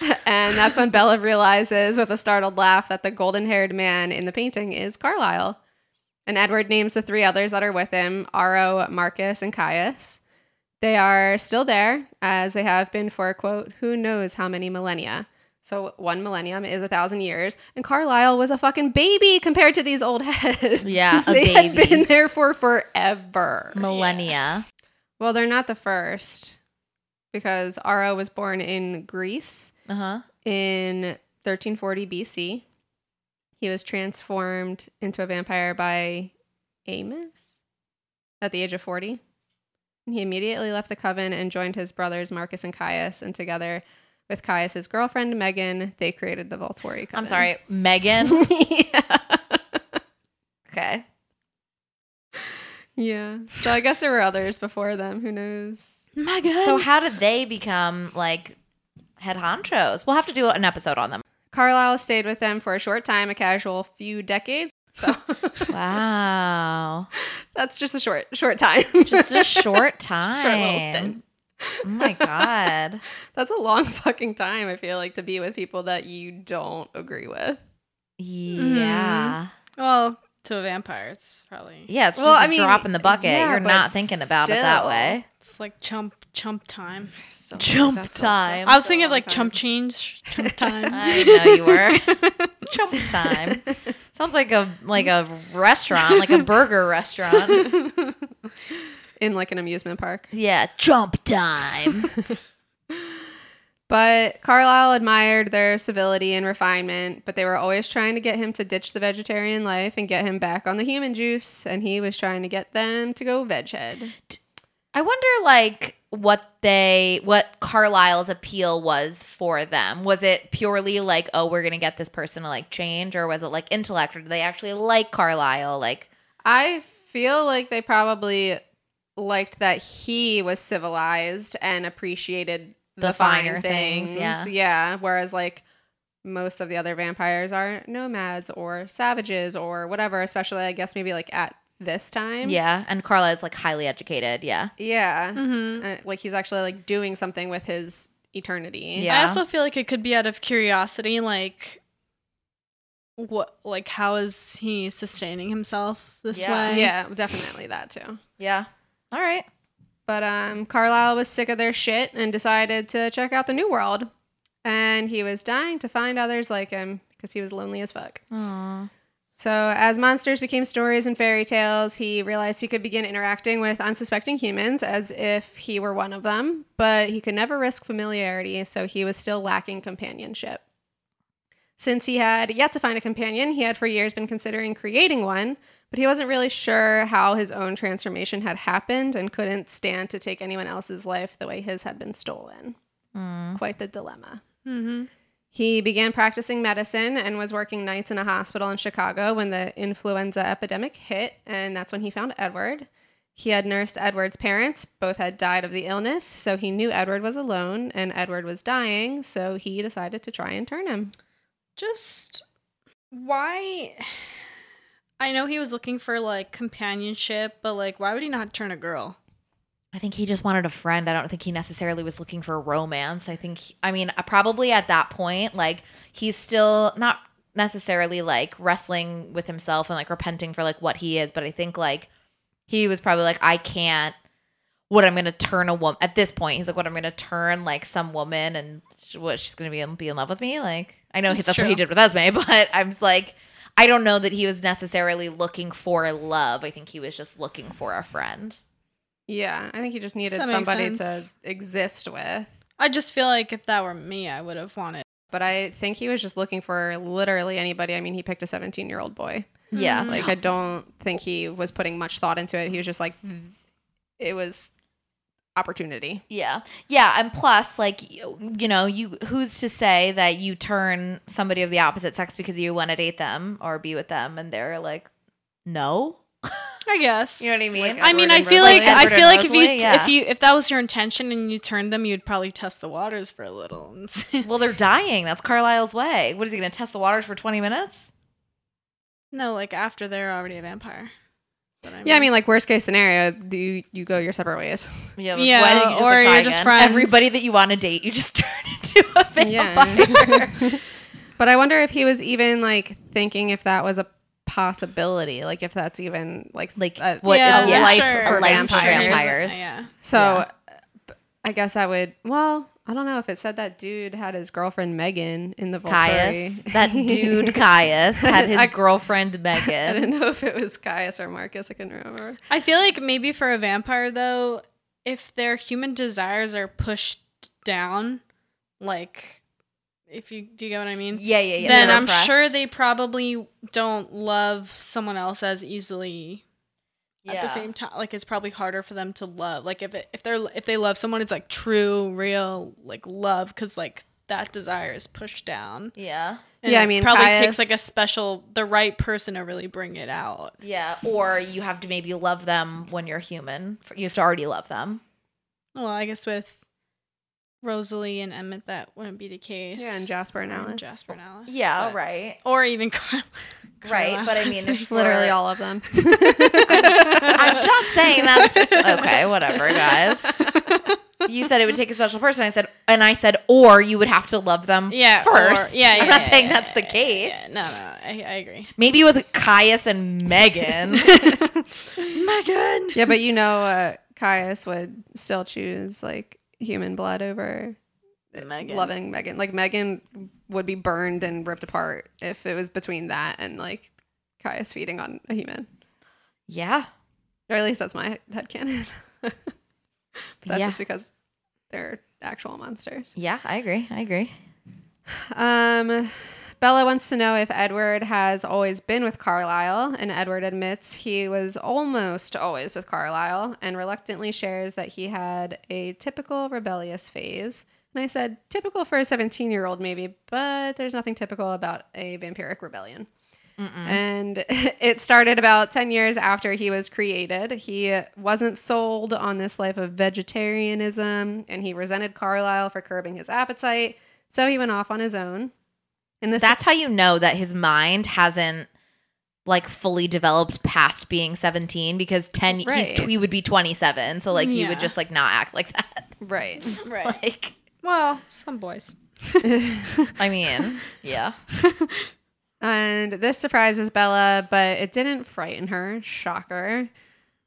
and that's when Bella realizes with a startled laugh that the golden haired man in the painting is Carlyle. And Edward names the three others that are with him Aro, Marcus, and Caius. They are still there, as they have been for, quote, who knows how many millennia. So one millennium is a thousand years, and Carlyle was a fucking baby compared to these old heads.
Yeah, a
they had
baby.
been there for forever.
Millennia.
Well, they're not the first, because Aro was born in Greece
Uh huh.
in 1340 BC. He was transformed into a vampire by Amos at the age of 40. And he immediately left the coven and joined his brothers Marcus and Caius, and together with Caius's girlfriend Megan, they created the Volturi coven.
I'm sorry, Megan.
yeah.
okay.
yeah. So I guess there were others before them. Who knows?
Megan.
So how did they become like head honchos? We'll have to do an episode on them.
Carlisle stayed with them for a short time, a casual few decades. So
Wow.
that's just a short, short time.
Just a short time.
Short little stint.
Oh my god.
That's a long fucking time, I feel like, to be with people that you don't agree with. Mm-hmm.
Yeah.
well, to a vampire, it's probably
Yeah, it's
Well,
just
I
a
mean,
drop in the bucket.
yeah,
You're
but
not thinking about it that
still.
way.
it's like chump chump time.
Chump
That's a-
time.
I was thinking of
long
like
time.
chump change, chump time.
I know you were. Chump time. Sounds like a like a restaurant, like a burger restaurant.
In like an amusement park.
Yeah, chump time.
But Carlyle admired their civility and refinement, but they were always trying to get him to ditch the vegetarian life and get him back on the human juice, and he was trying to get them to go veg head.
I wonder like what they what Carlisle's appeal was for them. Was it purely like, oh, we're gonna get this person to like change, or was it like intellect, or do they actually like Carlisle? Like
I feel like they probably liked that he was civilized and appreciated the,
The
fine
finer
things.
things, yeah.
Yeah. Whereas like most of the other vampires are nomads or savages or whatever, especially I guess maybe like at this time.
Yeah, Mm-hmm. and Carla is like highly educated. Yeah.
Yeah.
Mhm.
Uh, like he's actually like doing something with his eternity.
Yeah.
I also feel like it could be out of curiosity, like what, like how is he sustaining himself this
Yeah.
way?
Yeah, definitely that too.
Yeah. All right.
But um, Carlisle was sick of their shit and decided to check out the New World. And he was dying to find others like him because he was lonely as fuck.
Aw.
So, as monsters became stories and fairy tales, he realized he could begin interacting with unsuspecting humans as if he were one of them, but he could never risk familiarity, so he was still lacking companionship. Since he had yet to find a companion, he had for years been considering creating one, but he wasn't really sure how his own transformation had happened and couldn't stand to take anyone else's life the way his had been stolen. Quite the dilemma. He began practicing medicine and was working nights in a hospital in Chicago when the influenza epidemic hit, and that's when he found Edward. He had nursed Edward's parents, both had died of the illness, so he knew Edward was alone and Edward was dying, so he decided to try and turn him.
Just why? I know he was looking for like companionship, but like, why would he not turn a girl?
I think he just wanted a friend. I don't think he necessarily was looking for romance. I think, he- I mean, uh, probably at that point, like, he's still not necessarily like wrestling with himself and like repenting for like what he is, but I think like he was probably like, I can't, what I'm going to turn a woman at this point. He's like, what I'm going to turn like some woman and sh- what she's going to be in, be in love with me. Like, I know he-
It's
that's what he
true.
did with Esme, but I'm just like, I don't know that he was necessarily looking for love. I think he was just looking for a friend.
Yeah, I think he just needed
That makes
somebody
sense.
to exist with.
I just feel like if that were me, I would have wanted.
But I think he was just looking for literally anybody. I mean, he picked a 17 year old boy.
Yeah.
Like, I don't think he was putting much thought into it. He was just like, it was opportunity.
Yeah. Yeah. And plus, like, y- you know, you who's to say that you turn somebody of the opposite sex because you want to date them or be with them and they're like, no?
I guess.
You know what I mean?
Like,
I mean, I
Edward and
feel
Rosalie.
like I
Edward
feel
and
like if you
Rosalie, yeah.
if you if that was your intention and you turned them, you'd probably test the waters for a little. and see-
well, they're dying. That's Carlisle's way. What is he going to test the waters for 20 minutes?
no, like after they're already a vampire. That's what
Yeah, I mean, like, worst case scenario, do you, you go your separate ways.
Yeah.
that's why I think you just,
or
like, try
you're just
again.
friends. Everybody
Everybody
that
that
you want to date, you just turn into a vampire.
Yeah. but I wonder if he was even like thinking if that was a possibility, like if that's even like
Like,
a,
what if-
a
yeah,
life
sure.
for
A life for
vampires.
vampires.
Yeah.
So uh, b- I guess that would well. I don't know if it said that dude had his girlfriend Megan in the Volturi.
Caius, that dude Caius had his
I-
girlfriend
I
Megan.
didn't know if it was Caius or Marcus. I couldn't remember.
I feel like maybe for a vampire though, if their human desires are pushed down, like if you do you get what I mean?
Yeah, yeah, yeah.
then
They're
I'm
repressed.
sure they probably don't love someone else as easily at
Yeah.
the same time. Like it's probably harder for them to love. Like if it, if they're if they love someone, it's like true, real like love because like that desire is pushed down.
Yeah.
Yeah,
it
I mean,
probably
Caius-
takes like a special the right person to really bring it out.
Yeah, or you have to maybe love them when you're human. You have to already love them.
Well, I guess with Rosalie and Emmett, that wouldn't be the case.
Yeah, and Jasper and
And
Alice.
Jasper and Alice.
Yeah,
but-
right.
Or even Carla.
Right, but I mean, if
Carla.
Literally all of them.
I'm not saying that's okay, whatever, guys. You said it would take a special person. I said, and I said, or you would have to love them
yeah, or-
first.
yeah, yeah,
I'm not
yeah,
saying
yeah,
that's the
yeah,
case.
yeah. No, no, I, I agree.
Maybe with Caius and Megan.
Megan.
yeah, but you know, uh, Caius would still choose like human blood over
Megan.
loving Megan. Like Megan would be burned and ripped apart if it was between that and like Caius feeding on a human.
yeah,
Or at least that's my headcanon. that's
Yeah.
just because they're actual monsters.
yeah, I agree. I agree.
Um, Bella wants to know if Edward has always been with Carlyle, and Edward admits he was almost always with Carlyle and reluctantly shares that he had a typical rebellious phase. And I said, typical for a 17 year old, maybe, but there's nothing typical about a vampiric rebellion. And it started about 10 years after he was created. He wasn't sold on this life of vegetarianism and he resented Carlyle for curbing his appetite. So he went off on his own. And this
That's how you know that his mind hasn't like fully developed past being 17 because 10 he's,
Right.
he would be 27 so like you
Yeah.
would just like not act like that
Right.
Right.
like
well, some boys.
i mean yeah
And this surprises Bella, but it didn't frighten her. Shocker.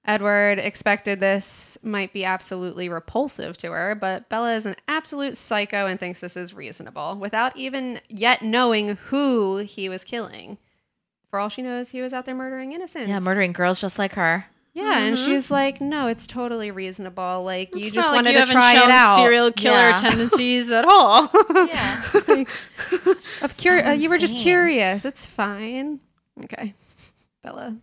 Edward expected this might be absolutely repulsive to her, but Bella is an absolute psycho and thinks this is reasonable without even yet knowing who he was killing. For all she knows, he was out there murdering innocents.
yeah murdering Mm-hmm. girls just like her
Yeah, and she's like, no, it's totally reasonable. Like, you
It's
just
not like
wanted
you
to
haven't
try it
shown
out.
Serial killer
Yeah.
tendencies at all.
yeah
Of cur-
So
uh, you were just
insane.
curious. It's fine. Okay, Bella,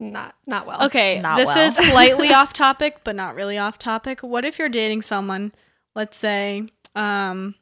not not well.
Okay,
Not
this
well.
is slightly off topic, but not really off topic. What if you're dating someone, let's say, um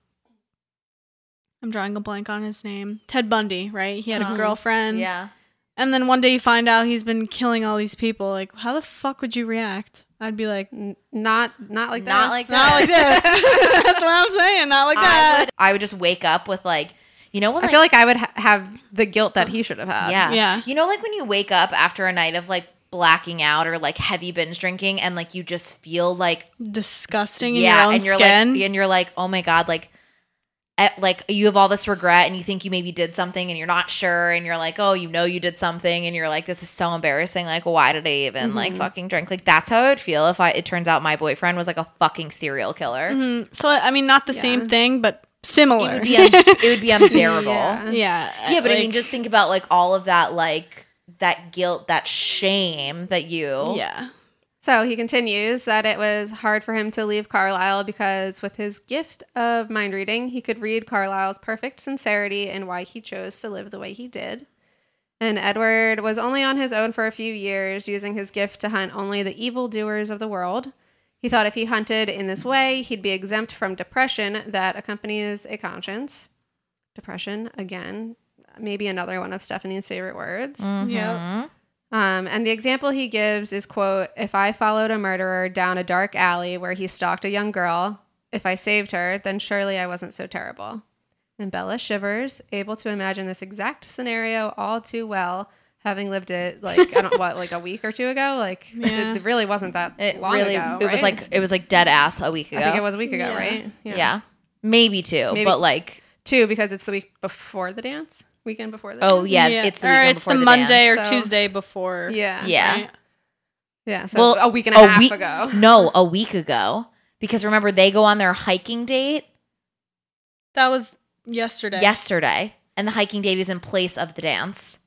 I'm drawing a blank on his name. Ted Bundy, right? He had
Uh-huh.
a girlfriend.
yeah
And then one day you find out he's been killing all these people. Like, how the fuck would you react? I'd be like,
N- not not like
Not
this.
like
not like this. That's what I'm saying. Not like
I
that.
would, I would just wake up with like you know when
I
like,
feel uh, like I would ha- have the guilt that he should have had.
yeah
Yeah.
you know like when you wake up after a night of like blacking out or like heavy binge drinking and like you just feel like
Disgusting in your own
and you're
skin.
like, and you're like, oh my god, like, at, like you have all this regret, and you think you maybe did something, and you're not sure, and you're like, oh, you know, you did something, and you're like, this is so embarrassing. Like, why did I even like fucking drink? Like, that's how I would feel if I. It turns out my boyfriend was like a fucking serial killer.
Mhm. So I mean, not the same thing, but similar.
It would be un- it would be unbearable.
Yeah.
yeah.
yeah,
but I
like-
mean, just think about like all of that, like that guilt, that shame that you.
yeah.
So he continues that it was hard for him to leave Carlisle because, with his gift of mind reading, he could read Carlisle's perfect sincerity and why he chose to live the way he did. And Edward was only on his own for a few years, using his gift to hunt only the evildoers of the world. He thought if he hunted in this way, he'd be exempt from depression that accompanies a conscience. Depression, again, maybe another one of Stephanie's favorite words.
Mm-hmm. Yeah.
Um, and the example he gives is quote, if I followed a murderer down a dark alley where he stalked a young girl, if I saved her, then surely I wasn't so terrible. And Bella shivers, able to imagine this exact scenario all too well, having lived it like I don't what, like a week or two ago. Like
Yeah.
it, really wasn't that
It
long
really.
ago.
it was
right?
like it was like dead ass a week ago.
I think it was a week ago,
Yeah.
right?
Yeah. Maybe two,
Maybe-
but like,
Two because it's the week before the dance, weekend before the
oh
dance.
yeah, it's the,
or
weekend
it's the,
before the
Monday
dance.
or
So-
Tuesday before.
yeah,
yeah.
right?
yeah. So a week and a, half
week-
ago.
no, a week ago. Because remember, they go on their hiking date
that was yesterday.
yesterday, and the hiking date is in place of the dance.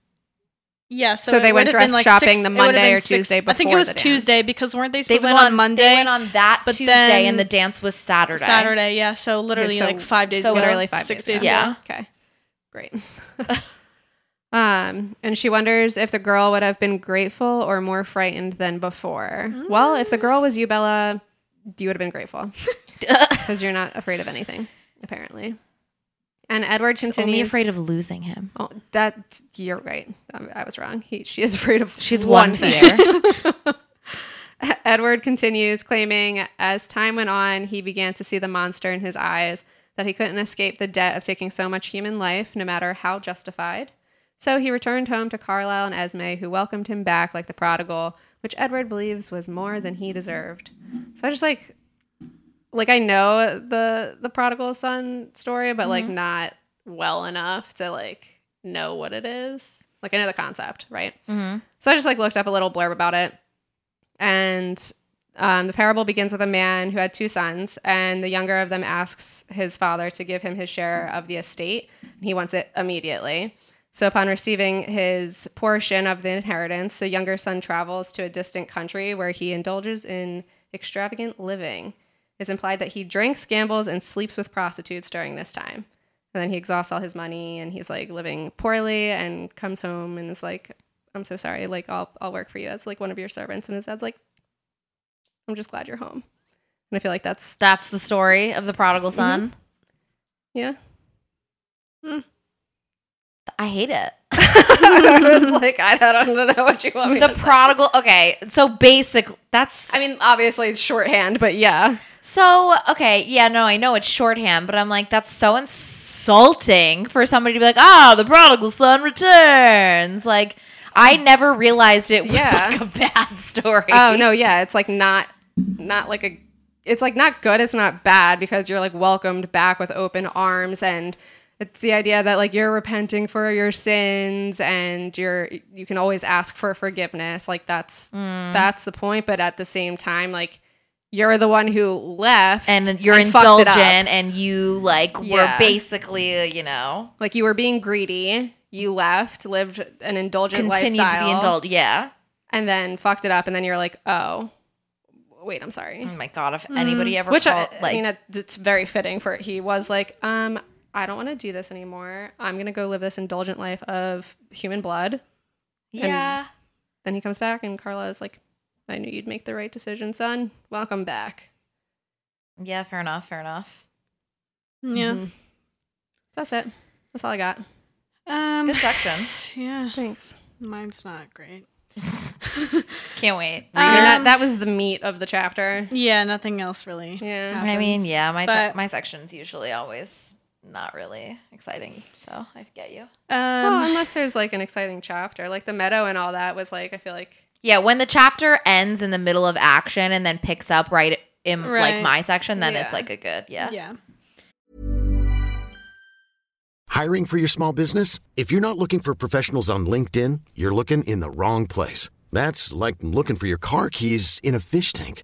yeah. So,
So
it
they went
would've been
dress
like
shopping
six-
the
it would've
Monday
been
or Tuesday
I think it
before
was
the dance.
Tuesday because weren't they
They
supposed to
went
go on,
on
Monday?
They went on that
but
Tuesday,
then-
and the dance was Saturday.
Saturday. Yeah. So literally
so-
like five days.
so
ago,
literally five
six
days.
days.
ago.
ago.
Okay. Great. um, and she wonders if the girl would have been grateful or more frightened than before. Well, if the girl was you, Bella, you would have been grateful because you're not afraid of anything, apparently. And Edward
She's
continues.
only afraid of losing him.
Oh, that you're right. Um, I, I was wrong. He, she is afraid of.
She's one fear.
Edward continues claiming as time went on, he began to see the monster in his eyes, that he couldn't escape the debt of taking so much human life, no matter how justified. So he returned home to Carlisle and Esme, who welcomed him back like the prodigal, which Edward believes was more than he deserved. So I just like, like I know the the prodigal son story, but like not well enough to like know what it is. Like I know the concept, right?
Mhm.
So I just like looked up a little blurb about it and um, the parable begins with a man who had two sons, and the younger of them asks his father to give him his share of the estate, and he wants it immediately. So, upon receiving his portion of the inheritance, the younger son travels to a distant country where he indulges in extravagant living. It's implied that he drinks, gambles, and sleeps with prostitutes during this time. And then he exhausts all his money and he's like living poorly and comes home and is like, I'm so sorry. Like, I'll, I'll work for you as like one of your servants. And his dad's like, I'm just glad you're home. And I feel like that's,
That's the story of the prodigal son.
yeah.
I hate it.
I was like, I don't know what you want me
The
to say.
prodigal. Okay, so basic. That's
I mean, obviously it's shorthand, but yeah.
So, okay, yeah, no, I know it's shorthand, but I'm like, that's so insulting for somebody to be like, ah, the prodigal son returns. Like, I never realized it was
Yeah.
like a bad story.
Oh no, yeah, it's like not not like a it's like not good, it's not bad because you're like welcomed back with open arms and it's the idea that like you're repenting for your sins and you're you can always ask for forgiveness. Like that's
Mm.
that's the point, but at the same time like you're the one who left
and you're
fucked it
indulgent
up.
and you like
Yeah.
were basically, uh, you know,
like you were being greedy, you left, lived an indulgent
continued to
lifestyle
be indulged. Yeah.
and then fucked it up and then you're like, "Oh, wait, I'm sorry."
Oh my god, if anybody ever
Mm-hmm. which
called,
I,
like
I mean it- it's very fitting for he was like um i don't want to do this anymore i'm gonna go live this indulgent life of human blood
yeah.
then he comes back and carla is like i knew you'd make the right decision son welcome back
Yeah, fair enough, fair enough.
Yeah.
Mhm. So that's it that's all i got
Um,
Good section.
yeah.
thanks
Mine's not great.
Can't wait.
I mean, that,
Um,
that was the meat of the chapter
Yeah, nothing else really.
Yeah.
happens.
I mean, yeah, my
but,
my section's usually always not really exciting, so I get you.
well,
um,
unless there's like an exciting chapter like the meadow and all that was like i feel like
Yeah, when the chapter ends in the middle of action and then picks up right in
Right.
like my section, then
Yeah.
it's like a good yeah.
yeah.
Hiring for your small business? If you're not looking for professionals on LinkedIn, you're looking in the wrong place. That's like looking for your car keys in a fish tank.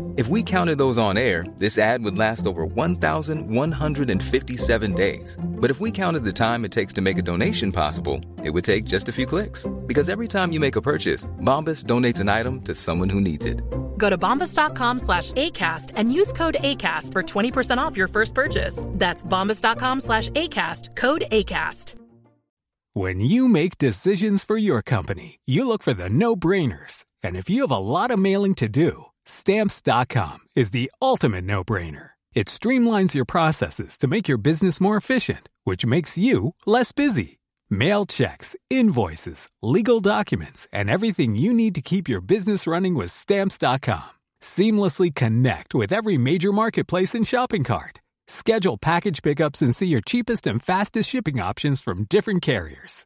If we counted those on air, this ad would last over 1,157 days. But if we counted the time it takes to make a donation possible, it would take just a few clicks. Because every time you make a purchase, Bombas donates an item to someone who needs it.
Go to bombas.com slash ACAST and use code ACAST for 20% off your first purchase. That's bombas.com slash ACAST, code ACAST.
When you make decisions for your company, you look for the no brainers. And if you have a lot of mailing to do, stamps.com is the ultimate no brainer. It streamlines your processes to make your business more efficient, which makes you less busy. Mail checks, invoices, legal documents, and everything you need to keep your business running with stamps.com. Seamlessly connect with every major marketplace and shopping cart. Schedule package pickups and see your cheapest and fastest shipping options from different carriers.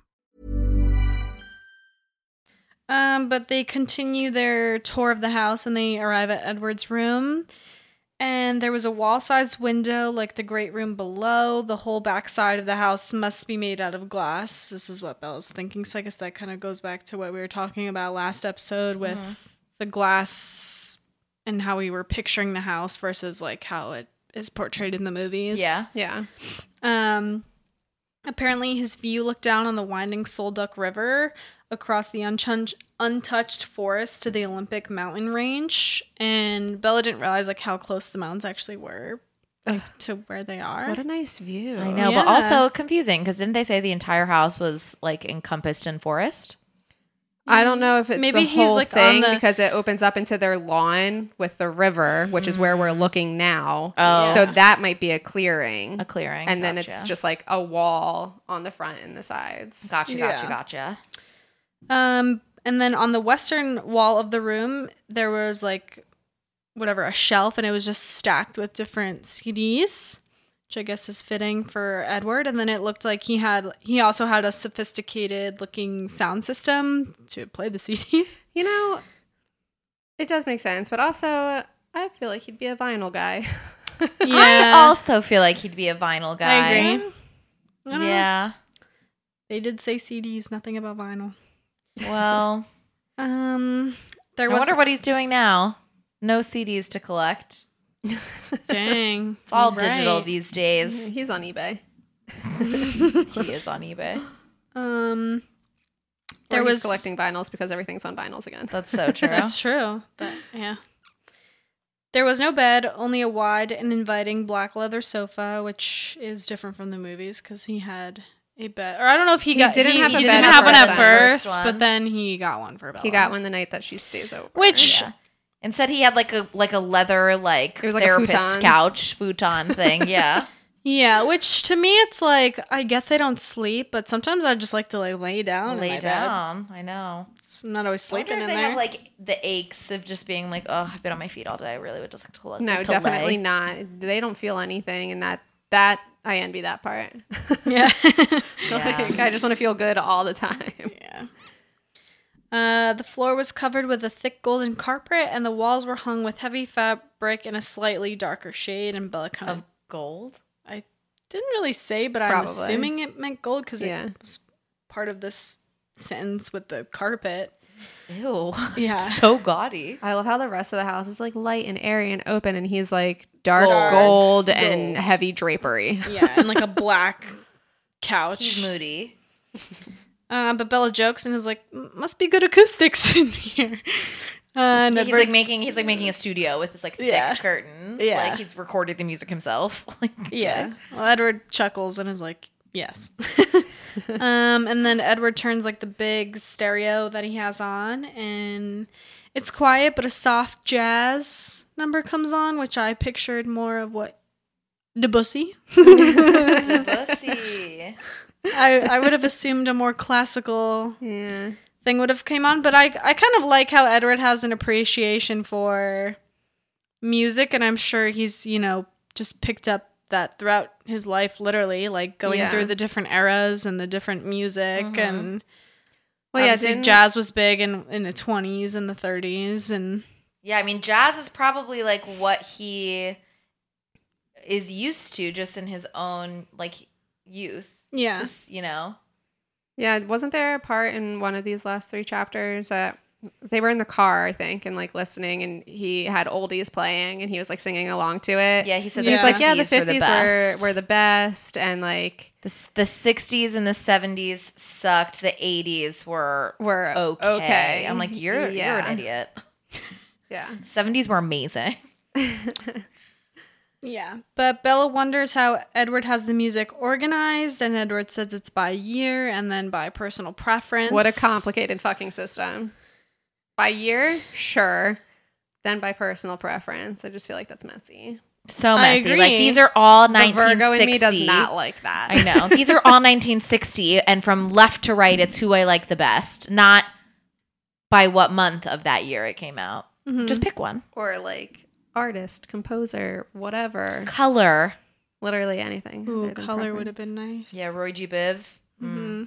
Um, but they continue their tour of the house and they arrive at Edward's room. And there was a wall sized window like the great room below. The whole back side of the house must be made out of glass. This is what Bella's thinking. So I guess that kind of goes back to what we were talking about last episode with the glass and how we were picturing the house versus like how it is portrayed in the movies.
Yeah.
yeah
Um, apparently, his view looked down on the winding Solduck River across the unchun- untouched forest to the Olympic mountain range. And Bella didn't realize like how close the mountains actually were like, to where they are.
what a nice view
I know, but
Yeah.
also confusing because didn't they say the entire house was like encompassed in forest?
I don't know if it's
Maybe
the
he's,
whole
like, on
thing
the-
because it opens up into their lawn with the river, which is where we're looking now.
Oh.
so that might be a clearing,
A clearing,
and then it's
gotcha.
just like a wall on the front and the sides.
Gotcha, gotcha,
Yeah.
gotcha.
Um, and then on the western wall of the room, there was like whatever a shelf, and it was just stacked with different CDs, which I guess is fitting for Edward. And then it looked like he had he also had a sophisticated looking sound system to play the CDs.
You know, it does make sense, but also I feel like he'd be a vinyl guy.
I also feel like he'd be a vinyl guy.
I agree. I don't know.
Yeah.
they did say CDs, nothing about vinyl.
Well,
Um, Uh-huh. There
I
was-
wonder what he's doing now. No CDs to collect.
Dang.
It's all
Right. Mm-hmm.
digital these days.
He's on eBay.
he is on eBay.
Um,
There
There
was
was-
collecting vinyls because everything's on vinyls again.
That's so true.
That's true. But yeah. There was no bed, only a wide and inviting black leather sofa, which is different from the movies because he had a bed. Or I don't know if he,
He
got
didn't have a
he
bed
didn't
at
have one at
first.
first,
First one.
but then he got one for Bella.
he got one the night that she stays over.
Which
Yeah. Instead, he had like a like a leather like,
It was like a
therapist
futon.
couch futon thing. Yeah,
yeah, which to me it's like I guess they don't sleep, but sometimes I just like to like lay down. in
lay
my bed.
down. I know.
I'm not always sleeping
I wonder
in
if they
there.
have like the aches of just being like, oh, I've been on my feet all day. I really would just like to look.
No,
to lay."
definitely not. They don't feel anything, and that that I envy that part.
yeah.
like, uh, I just want to feel good all the time.
yeah. Uh, the floor was covered with a thick golden carpet, and the walls were hung with heavy fabric in a slightly darker shade. And Bella kind of
Of gold.
I didn't really say, but I'm
Probably.
assuming it meant gold because
Yeah.
it was part of this sentence with the carpet.
Ew.
Yeah.
so gaudy.
I love how the rest of the house is like light and airy and open, and he's like dark
Dark
gold and
gold.
heavy drapery.
Yeah, and like a black couch.
He's moody.
Uh, but Bella jokes and is like, "M- "Must be good acoustics in here." Uh, and
he's like
Edward's-
making he's like making a studio with his like thick
Yeah.
curtains.
Yeah.
Like he's recorded the music himself. like
Yeah. Well, Edward chuckles and is like, "Yes." um, and then Edward turns like the big stereo that he has on, and it's quiet, but a soft jazz number comes on, which I pictured more of what Debussy.
Debussy.
I, I would have assumed a more classical
Yeah.
thing would have came on, but I I kind of like how Edward has an appreciation for music, and I'm sure he's you know just picked up that throughout his life, literally like going
Yeah. Mm-hmm.
through the different eras and the different music
Mhm.
and.
Well,
Well,
yeah,
yeah,
didn't-
jazz was big in, in the 20s and the 30s, and
Yeah, I mean jazz is probably like what he is used to just in his own like youth.
yeah,
You know?
Yeah, wasn't there a part in one of these last three chapters that they were in the car, I think, and like listening, and he had oldies playing, and he was like singing along to it.
Yeah, he said
He
the
was like, yeah, the
50s were the
fifties were,
best.
were the best, and like
The, s- the 60s and the 70s sucked. The 80s were
were
okay.
okay.
I'm like, you're you're
Yeah.
an idiot.
yeah,
70s were amazing.
yeah. But Bella wonders how Edward has the music organized, and Edward says it's by year and then by personal preference.
what a complicated fucking system. By year, sure. Then by personal preference, I just feel like that's messy.
So
I
messy. Like
agree.
these are all
The
1960.
Virgo in me does not like that.
I know. These are all 1960 and from left to right it's who I like the best, not by what month of that year it came out.
Mhm.
Just pick one.
or like artist, composer, whatever,
Color.
literally anything.
Ooh,
other
color
than
would have
preference.
been nice.
Yeah, Roy G. Biv. Mm.
hmm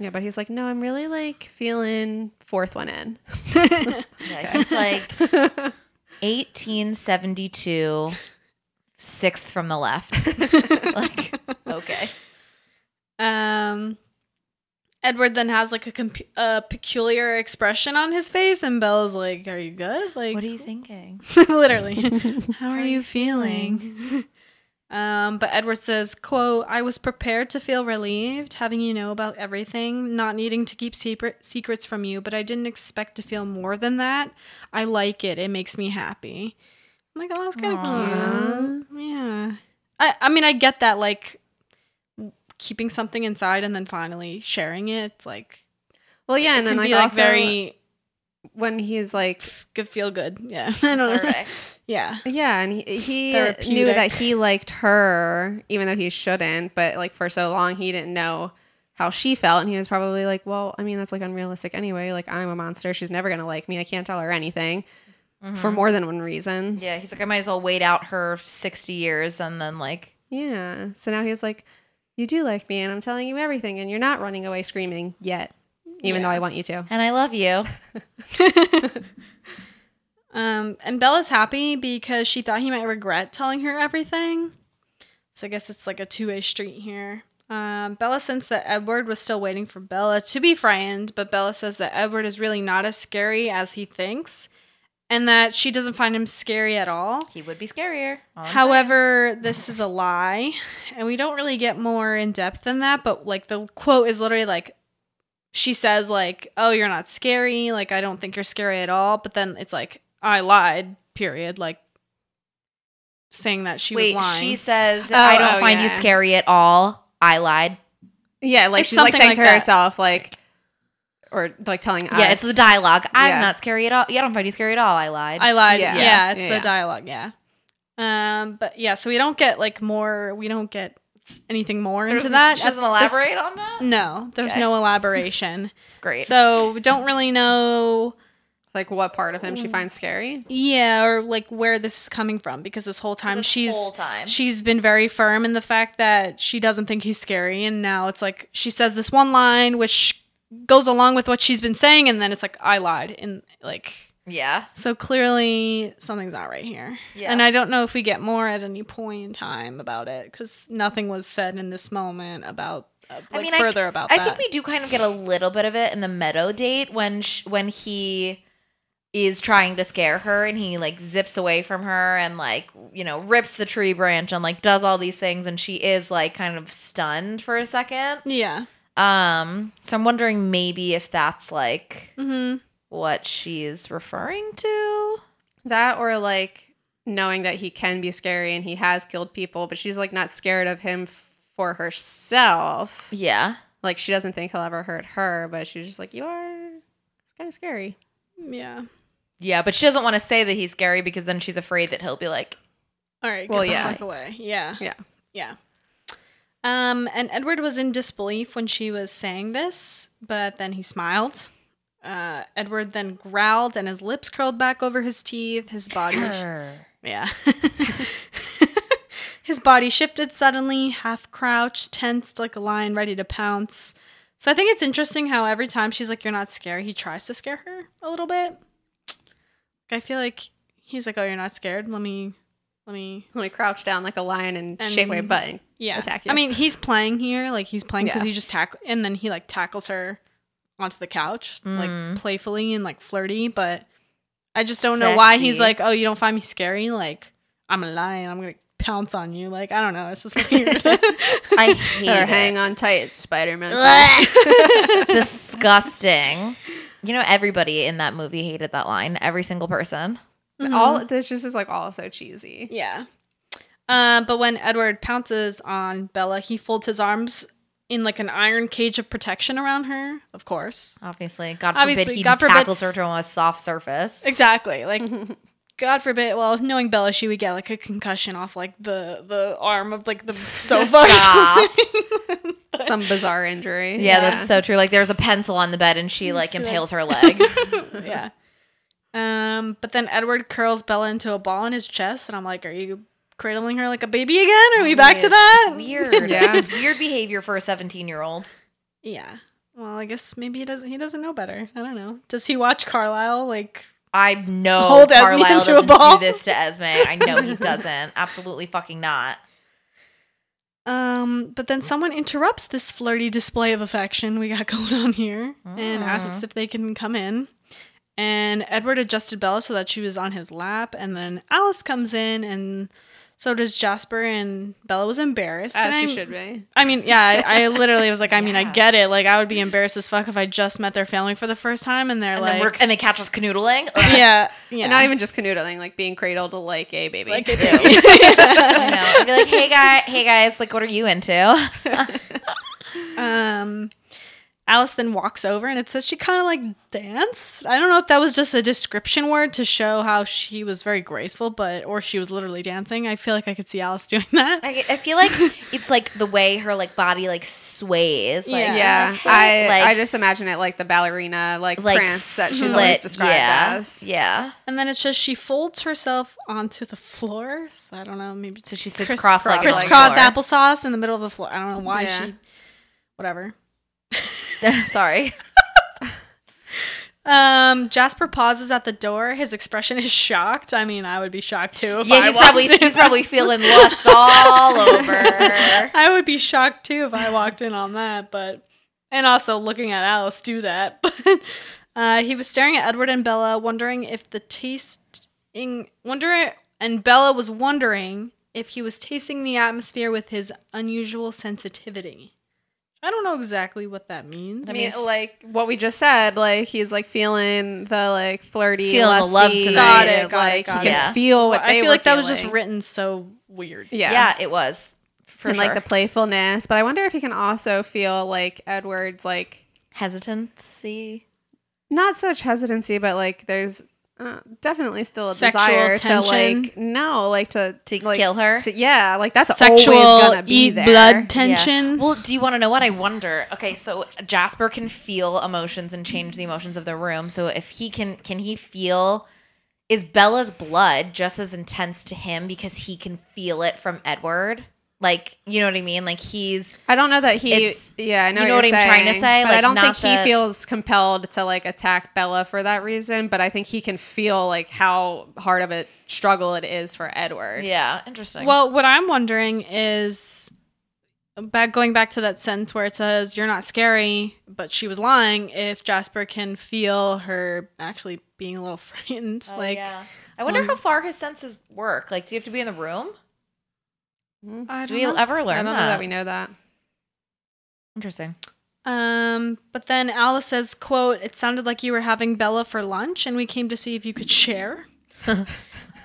Yeah, but he's like, no, I'm really like feeling fourth one in.
Yeah, he's like 1872 sixth from the left. like okay.
Um, Edward then has like a, comp- a peculiar expression on his face, and Bella's like, "Are you good? Like,
What are you thinking?
literally, how are you feeling?" um, but Edward says, "quote I was prepared to feel relieved, having you know about everything, not needing to keep secret secrets from you, but I didn't expect to feel more than that. I like it. It makes me happy." I'm like, "Oh, that's kind
Aw.
of cute." Yeah. I I mean, I get that like keeping something inside and then finally sharing it. It's like
well, yeah,
it
and then
can
like
be, like
also
very
when he's like,
good, feel good. Yeah, I don't know.
Perfect.
Yeah,
yeah, and he, he knew
Therapeutic.
that he liked her, even though he shouldn't. But like for so long, he didn't know how she felt, and he was probably like, well, I mean, that's like unrealistic anyway. Like I'm a monster. She's never gonna like me. I can't tell her anything
Mm-hmm.
for more than one reason.
Yeah, he's like, I might as well wait out her 60 years and then, like,
Yeah. So now he's like, You do like me, and I'm telling you everything, and you're not running away screaming yet, even though I want you to.
and I love you.
Um, and Bella's happy because she thought he might regret telling her everything. So I guess it's like a two way street here. Um, Bella sensed that Edward was still waiting for Bella to be frightened, but Bella says that Edward is really not as scary as he thinks and that she doesn't find him scary at all.
He would be scarier. all I'm
However, this is a lie, and we don't really get more in depth than that. But like the quote is literally like, she says like, "Oh, you're not scary. Like I don't think you're scary at all." But then it's like, "I lied." Period. Like saying that she
Wait,
was lying.
she says, I don't
oh,
find you
yeah.
scary at all. I lied.
Yeah, like
It's
she's like
something
saying
like
to
that.
herself, like, or like telling us.
Yeah, it's the dialogue. I'm
Yeah.
not scary at all. Yeah, I don't find you scary at all. I lied.
I lied.
Yeah.
Yeah,
Yeah.
it's
Yeah,
the
yeah.
dialogue. Yeah. Um, but yeah, so we don't get like more. We don't get anything more
There
into
doesn't-
that.
She doesn't
At this-
elaborate on that?
No, there's
Okay.
no elaboration.
Great.
So we don't really know,
like what part of him
Mm.
she finds scary.
yeah, or like where this is coming from because this whole time
This
she's
whole time.
she's been very firm in the fact that she doesn't think he's scary, and now it's like she says this one line which goes along with what she's been saying, and then it's like I lied, and like
yeah.
so clearly something's not right here.
Yeah.
And I don't know if we get more at any point in time about it because nothing was said in this moment about. Uh, like
I-
further about
I
that.
think we do kind of get a little bit of it in the meadow date when sh- when he is trying to scare her and he like zips away from her and like you know rips the tree branch and like does all these things and she is like kind of stunned for a second.
Yeah.
Um so I'm wondering maybe if that's like
Mm-hmm.
what she's referring to.
That or like knowing that he can be scary and he has killed people, but she's like not scared of him f- for herself.
Yeah.
Like she doesn't think he'll ever hurt her, but she's just like, you are. It's kind of scary.
Yeah.
Yeah, but she doesn't want to say that he's scary because then she's afraid that he'll be like
All right. Get
Well,
the
yeah.
fuck away. Yeah.
Yeah.
Yeah. Um, and Edward was in disbelief when she was saying this, but then he smiled. Uh, Edward then growled, and his lips curled back over his teeth. His body, yeah, his body shifted suddenly, half crouched, tensed like a lion ready to pounce. So I think it's interesting how every time she's like, "You're not scared," he tries to scare her a little bit. I feel like he's like, "Oh, you're not scared. Let me, let me
Let me crouch down like a lion and,
And-
shake my butt and
yeah.
attack you.
I mean, he's playing here, like he's playing because
Yeah.
he just tack and then he like tackles her onto the couch,
Mm.
like playfully and like flirty. But I just don't know why he's
Sexy.
like, oh, you don't find me scary? Like I'm a lion. I'm gonna pounce on you. Like I don't know. It's just weird.
I hate
or
it.
hang on tight, it's Spider Man.
Blech. Disgusting. You know, everybody in that movie hated that line. Every single person.
All this just is like all so cheesy.
yeah. Uh, but when Edward pounces on Bella, he folds his arms in like an iron cage of protection around her. Of course.
Obviously, God forbid
Obviously,
he
God forbid-
tackles her to a soft surface.
Exactly. Like, God forbid. Well, knowing Bella, she would get like a concussion off like the the arm of like the sofa. or
Stop.
something.
Some bizarre injury.
Yeah, that's so true. Like, there's a pencil on the bed, and she like impales her leg.
yeah. Um. But then Edward curls Bella into a ball in his chest, and I'm like, "Are you cradling her like a baby again? Are we back to
Oh, It's-
that?"
It's weird.
Yeah.
It's weird behavior for a 17 year old.
Yeah. Well, I guess maybe he doesn't. He doesn't know better. I don't know. Does he watch Carlisle? Like,
I know
Hold Esme
Carlisle
into a
doesn't
ball.
do this to Esme. I know he doesn't. Absolutely fucking not.
Um, but then someone interrupts this flirty display of affection we got going on here and
Ah.
asks if they can come in. And Edward adjusted Bella so that she was on his lap, and then Alice comes in, and so does Jasper. And Bella was embarrassed. and
As
I'm-
she should be.
I mean, yeah, I, I literally was like, I mean, I get it. Like, I would be embarrassed as fuck if I just met their family for the first time, and they're
And, then we're,
like,
and they catch us canoodling.
yeah, yeah,
And not even just canoodling, like being cradled to like a baby.
like,
Ew. I know. I'd be like, hey guy, hey guys, like what are you into?
Um, Alice then walks over and it says she kind of like danced. I don't know if that was just a description word to show how she was very graceful, but or she was literally dancing. I feel like I could see Alice doing that.
I, I feel like it's like the way her like body like sways. Like,
Yeah.
yeah,
like,
I
like,
I just imagine it like the ballerina like, prance that she's always
flit-
described
yeah,
as.
Yeah.
And then it says she folds herself onto the floor. So I don't know, maybe
So she sits cross-legged
on the
crisscross
floor.
applesauce in the middle of the floor. I don't know why
Yeah.
she, whatever.
Sorry.
Um, Jasper pauses at the door. His expression is shocked. I mean, I would be shocked too. If
Yeah,
I
he's
walked
probably
in.
he's probably feeling lust all over.
I would be shocked too if I walked in on that, but and also looking at Alice do that. But uh, he was staring at Edward and Bella, wondering if the tasting wondering and Bella was wondering if he was tasting the atmosphere with his unusual sensitivity. I don't know exactly what that means.
I mean, like what we just said, like he's like feeling the like flirty,
Feeling the
lusty,
love tonight.
Got it.
Got it,
like
got
he
it.
can
Yeah.
feel what
Well, I
they
feel
were
like that was just
feeling.
written so weird.
Yeah.
Yeah, it was for
and
sure.
like the playfulness, but I wonder if he can also feel like Edward's like
hesitancy.
not such hesitancy, but like there's uh, definitely still a
Sexual
desire
tension?
to like no, like to
To
like,
kill her?
to- yeah, like that's
Sexual
always gonna be
eat
there.
blood
Yeah.
tension.
Well, do you want to know what I wonder? Okay, so Jasper can feel emotions and change the emotions of the room. So if he can, can he feel? Is Bella's blood just as intense to him because he can feel it from Edward? Like, you know what I mean? Like he's
I don't know that he.
It's-
yeah, I know,
you know
what,
what
you're
I'm trying to
saying,
say?
But I
Like,
don't
not
think
that-
he feels compelled to like attack Bella for that reason. But I think he can feel like how hard of a struggle it is for Edward.
yeah, interesting.
Well, what I'm wondering is back going back to that sentence where it says you're not scary, but she was lying. If Jasper can feel her actually being a little frightened,
Oh,
like
yeah. I
um,
wonder how far his senses work. Like, do you have to be in the room?
I
Do
don't
we
know.
ever
I
learn
don't know that we know that.
Interesting.
Um, but then Alice says, "quote It sounded like you were having Bella for lunch, and we came to see if you could share."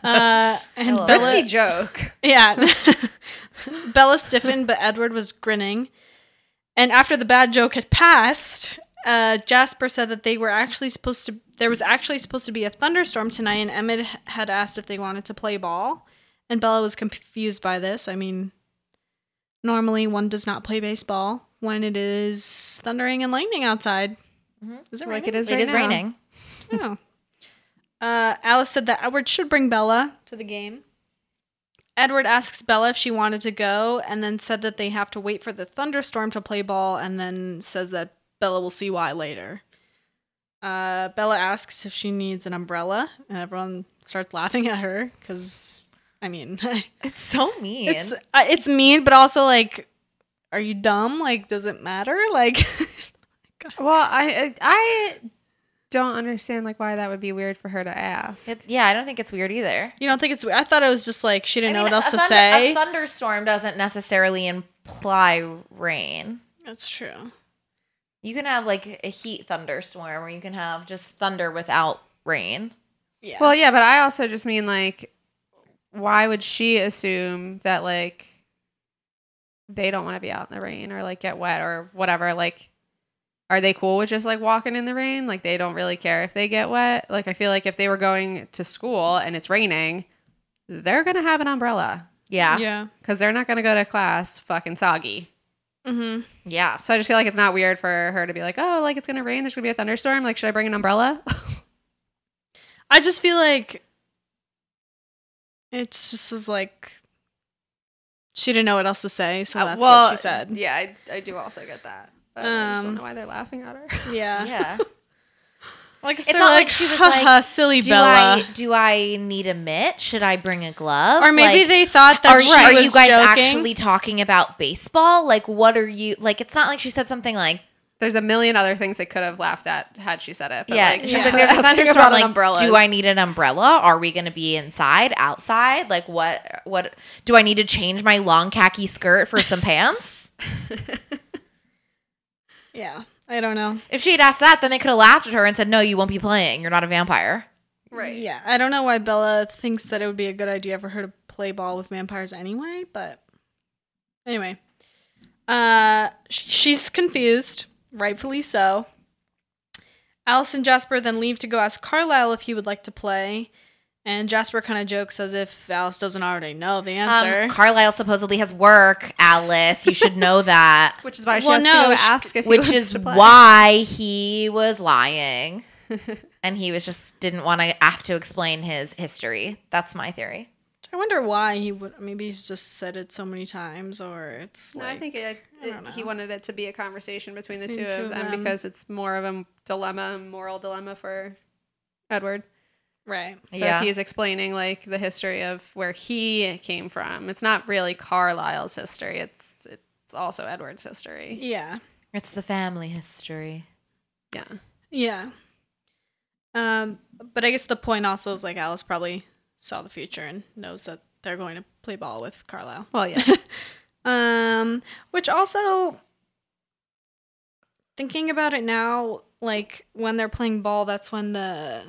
uh, and
love
Bella,
Risky joke.
Yeah. Bella stiffened, but Edward was grinning. And after the bad joke had passed, uh, Jasper said that they were actually supposed to. There was actually supposed to be a thunderstorm tonight, and Emmett h- had asked if they wanted to play ball. And Bella was confused by this. I mean, normally one does not play baseball when it is thundering and lightning outside. Is it
Mm-hmm. Like
raining?
it is
It
right
is
now.
raining.
Oh. Uh, Alice said that Edward should bring Bella to the game. Edward asks Bella if she wanted to go, and then said that they have to wait for the thunderstorm to play ball, and then says that Bella will see why later. Uh, Bella asks if she needs an umbrella, and everyone starts laughing at her because, I mean,
It's so mean.
it's uh, it's mean, but also like, are you dumb? Like, does it matter? Like,
Well, I I don't understand like why that would be weird for her to ask.
It- yeah, I don't think it's weird either.
you don't think it's weird? I thought it was just like she didn't know
mean,
what else
a
to
thunder-
say.
A thunderstorm doesn't necessarily imply rain.
That's true.
You can have like a heat thunderstorm, or you can have just thunder without rain.
Yeah.
Well, yeah, but I also just mean like, why would she assume that like they don't want to be out in the rain or like get wet or whatever? Like, are they cool with just like walking in the rain? Like, they don't really care if they get wet. Like, I feel like if they were going to school and it's raining, they're gonna have an umbrella
Yeah. Yeah.
yeah.
because they're not gonna go to class fucking soggy.
Mm-hmm.
So I just feel like it's not weird for her to be like, oh, like it's gonna rain. There's gonna be a thunderstorm. Like, should I bring an umbrella?
I just feel like it's just as like she didn't know what else to say, so
Uh,
that's
well,
what she said.
Yeah, I, I do also get that. But I just
Um,
don't know why they're laughing at her.
Yeah.
Yeah.
Like it's
not
not like,
like she was
"Ha
like,
ha, silly
do
Bella.
I do I need a mitt? Should I bring a glove?
or maybe
Like,
they thought that
are,
she
are
was
you guys
joking.
actually talking about baseball? Like, what are you like? It's not like she said something like,
There's a million other things they could have laughed at had she said it. But
"Yeah."
like,
She's
yeah.
like, "There's a
Asking
thunderstorm.
about an
Like,
umbrella
do
is-
I need an umbrella? Are we going to be inside, outside? Like, what? What do I need to change my long khaki skirt for some pants?"
Yeah. I don't know.
If she had asked that, then they could have laughed at her and said, "No, you won't be playing. You're not a vampire."
Right.
Yeah. I don't know why Bella thinks that it would be a good idea for her to play ball with vampires anyway, but anyway. Uh sh- she's confused, rightfully so. Alice and Jasper then leave to go ask Carlisle if he would like to play. And Jasper kind of jokes as if Alice doesn't already know the answer.
Um, Carlisle supposedly has work, Alice. You should know that.
Which is why she
Well,
has
no,
to go
she-
ask if he
Which
wants
is
to play.
why he was lying. and he was just didn't want to have to explain his history. That's my theory.
I wonder why he would. Maybe he's just said it so many times, or it's
No,
like
I think it,
I don't
it- he
know.
wanted it to be a conversation between the two
Between
of,
the two of
them,
them.
because it's more of a dilemma, moral dilemma for Edward.
right.
So
Yeah.
he's explaining like the history of where he came from. It's not really Carlisle's history. It's it's also Edward's history.
Yeah,
It's the family history.
Yeah.
yeah. Um, but I guess the point also is like Alice probably saw the future and knows that they're going to play ball with Carlisle.
Well, yeah.
Um, which also thinking about it now, like when they're playing ball, that's when the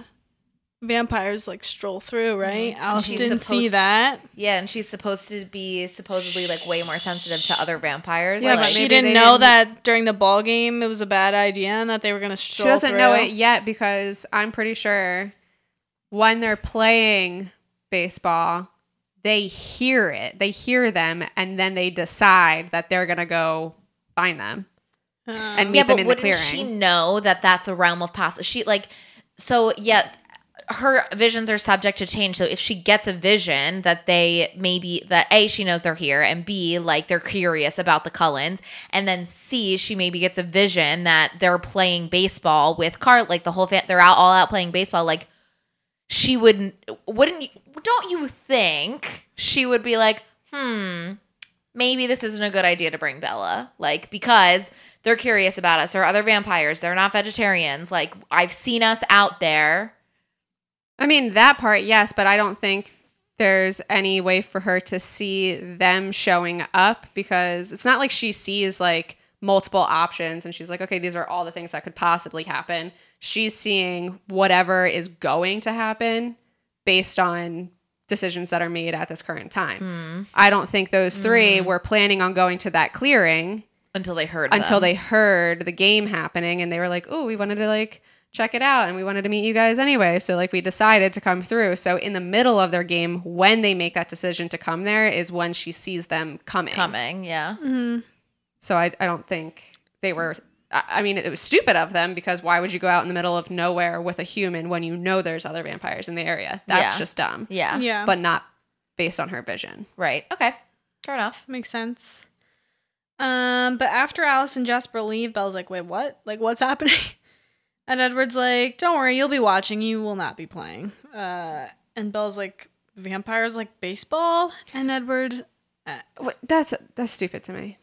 vampires like stroll through,
Mm-hmm.
right? Alice
She's
didn't see
supposed-
that.
Yeah, and she's supposed to be supposedly like way more sensitive to other vampires.
Yeah, but
like-
she didn't know that during the ball game it was a bad idea and that they were gonna
she
stroll.
doesn't know
through.
it yet because I'm pretty sure when they're playing baseball, they hear it. They hear them, and then they decide that they're gonna go find them.
Um,
and meet
yeah,
them
but
in the
wouldn't
clearing.
she know that that's a realm of possible? She like so yeah, her visions are subject to change. So if she gets a vision that they maybe that a she knows they're here and b like they're curious about the Cullens and then c she maybe gets a vision that they're playing baseball with Carl like the whole fan they're out all out playing baseball like she wouldn't wouldn't you, don't you think she would be like hmm maybe this isn't a good idea to bring Bella. Like, because they're curious about us or other vampires. They're not vegetarians. Like, I've seen us out there.
I mean, that part, yes, but I don't think there's any way for her to see them showing up because it's not like she sees like multiple options and she's like, okay, these are all the things that could possibly happen. She's seeing whatever is going to happen based on decisions that are made at this current time. I don't think those three were planning on going to that clearing
Until they heard.
until
them.
they heard the game happening and they were like, "Oh, we wanted to like check it out and we wanted to meet you guys anyway." So like we decided to come through. So in the middle of their game when they make that decision to come there is when she sees them coming.
coming. Yeah.
So I I don't think they were I I mean, it was stupid of them because why would you go out in the middle of nowhere with a human when you know there's other vampires in the area? That's
Yeah.
just dumb.
Yeah.
Yeah.
But not based on her vision.
Right. Okay. Fair enough.
Makes sense. Um, but after Alice and Jasper leave, Belle's like, "Wait, what? Like, what's happening?" And Edward's like, "Don't worry, you'll be watching. You will not be playing." Uh, and Belle's like, "Vampires like baseball?" And Edward,
What, that's that's stupid to me.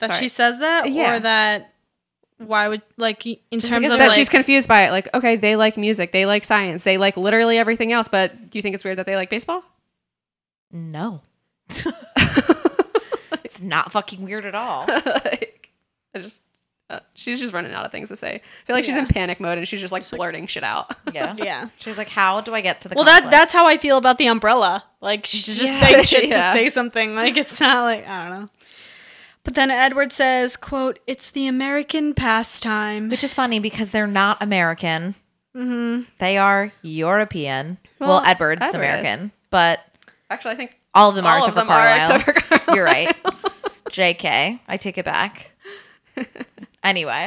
that
Sorry.
she says that,
Yeah.
or that why would like in terms
because
of
that
like,
she's confused by it. Like, okay, they like music, they like science, they like literally everything else, but you think it's weird that they like baseball?
No. it's not fucking weird at all.
like, I just, uh, she's just running out of things to say. I feel like she's in panic mode and she's just like blurting shit out.
Yeah.
yeah.
She's like, how do I get to the?
Well, that
conflict?
that's how I feel about the umbrella. Like she's just
Yeah.
saying shit
Yeah.
to say something. Like it's not like I don't know. But then Edward says, "quote It's the American pastime."
which is funny because they're not American.
Mhm.
They are European. Well,
Well,
Edward's
Edward is.
American, but
Actually, I think
all of them are
All
except for
of them are
Carlisle.
except for Carlisle.
You're right. JK, I take it back. anyway,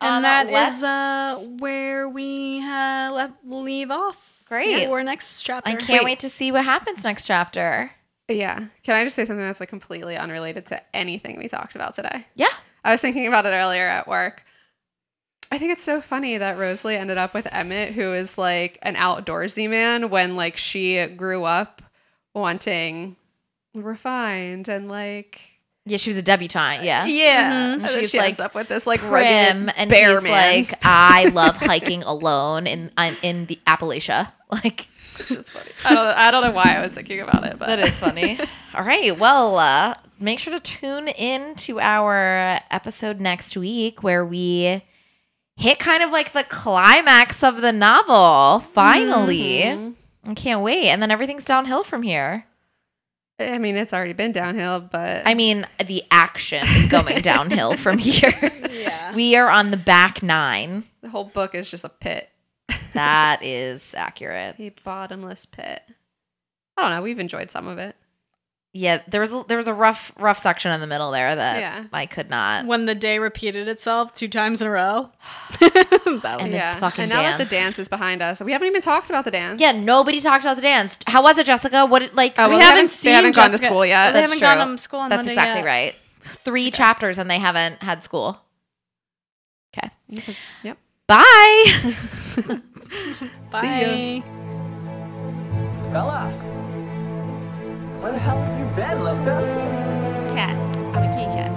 um,
and that is uh,
let's-
where we uh, left, leave off.
Great.
Or next chapter.
I can't wait. to see what happens next chapter.
yeah. Can I just say something that's like completely unrelated to anything we talked about today?
Yeah,
I was thinking about it earlier at work. I think it's so funny that Rosalie ended up with Emmett, who is like an outdoorsy man when like she grew up wanting refined and like
yeah, she was a debutante. Yeah,
yeah.
Mhm.
And then
She's,
she ends
like,
up with this like
prim,
rugged
and
bear
he's
man.
like, I love hiking alone in I'm in the Appalachia. Like
It's just funny. I don't, I don't know why I was thinking about it, but
That is funny. All right. Well, uh, make sure to tune in to our episode next week where we hit kind of like the climax of the novel. Finally. I can't wait. And then everything's downhill from here.
I mean, it's already been downhill, but
I mean, the action is going downhill from here.
Yeah.
We are on the back nine.
the whole book is just a pit,
That is accurate.
a bottomless pit. I don't know. We've enjoyed some of it.
yeah, there was a, there was a rough rough section in the middle there that
Yeah.
I could not.
When the day repeated itself two times in a row. that
And the
yeah.
fucking
and now that the
dance.
dance is behind us, we haven't even talked about the dance.
Yeah, nobody talked about the dance. How was it, Jessica? What did, like
Oh, well,
we
they
haven't
haven't- they
seen
haven't gone to
Jessica-
school
Well,
yet. They
that's
haven't gone
true.
to school on
That's
Monday
exactly
yet.
right. Three chapters and they haven't had school. Okay.
Yep.
Bye.
Bye.
Bella, where the hell have you been, Loka?
Cat. I'm a kitty cat.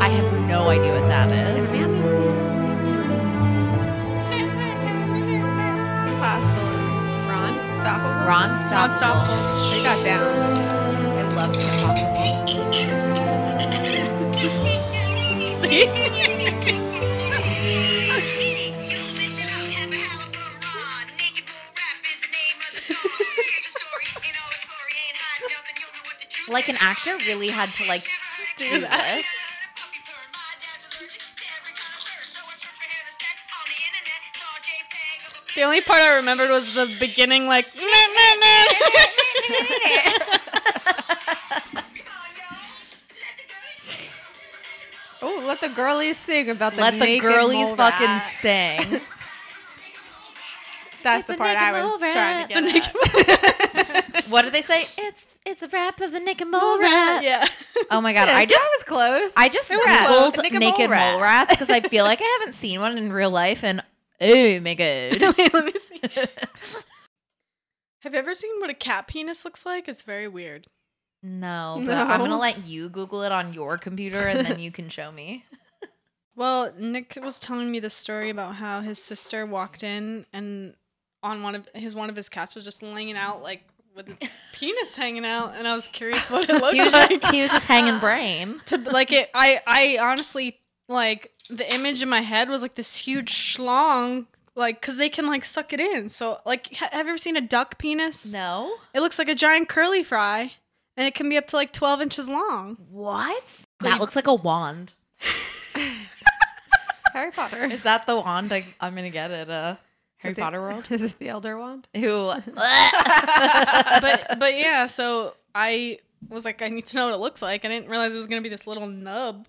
I have no idea what that is.
Impossible. Ron, stoppable.
Ron Stoppable.
Unstoppable. They got down.
I love Like an actor really had to like do,
Do that.
this.
The only part I remembered was the beginning, like. "Meh, meh, meh."
Oh, let the girlies sing about the
Let the
naked
girlies
mole
fucking
rat.
sing.
That's the part I was trying to get. at.
what did they say? It's it's a rap of the naked mole
Mole
rat.
rat, yeah.
Oh my god,
Yes,
I just
that was close.
I just
It was close.
googled
Naked
naked,
mole
mole,
rat.
rats because I feel like I haven't seen one in real life, and oh my god,
Have you ever seen what a cat penis looks like? It's very weird.
no. But I'm gonna
No.
let you Google it on your computer, and then you can show me.
Well, Nick was telling me the story about how his sister walked in and on one of his one of his cats was just laying out like with its penis hanging out, and I was curious what it looked
He was
like.
just he was just hanging brain.
to like it i i honestly like the image in my head was like this huge schlong like because they can like suck it in so like ha- have you ever seen a duck penis
No.
it looks like a giant curly fry and it can be up to like 12 inches long
What? That looks like a wand.
Harry Potter.
Is that the wand I, I'm gonna get at uh, Harry
the-
Potter World?
Is it the Elder Wand?
Who?
but but yeah so i was like i need to know what it looks like i didn't realize it was gonna be this little nub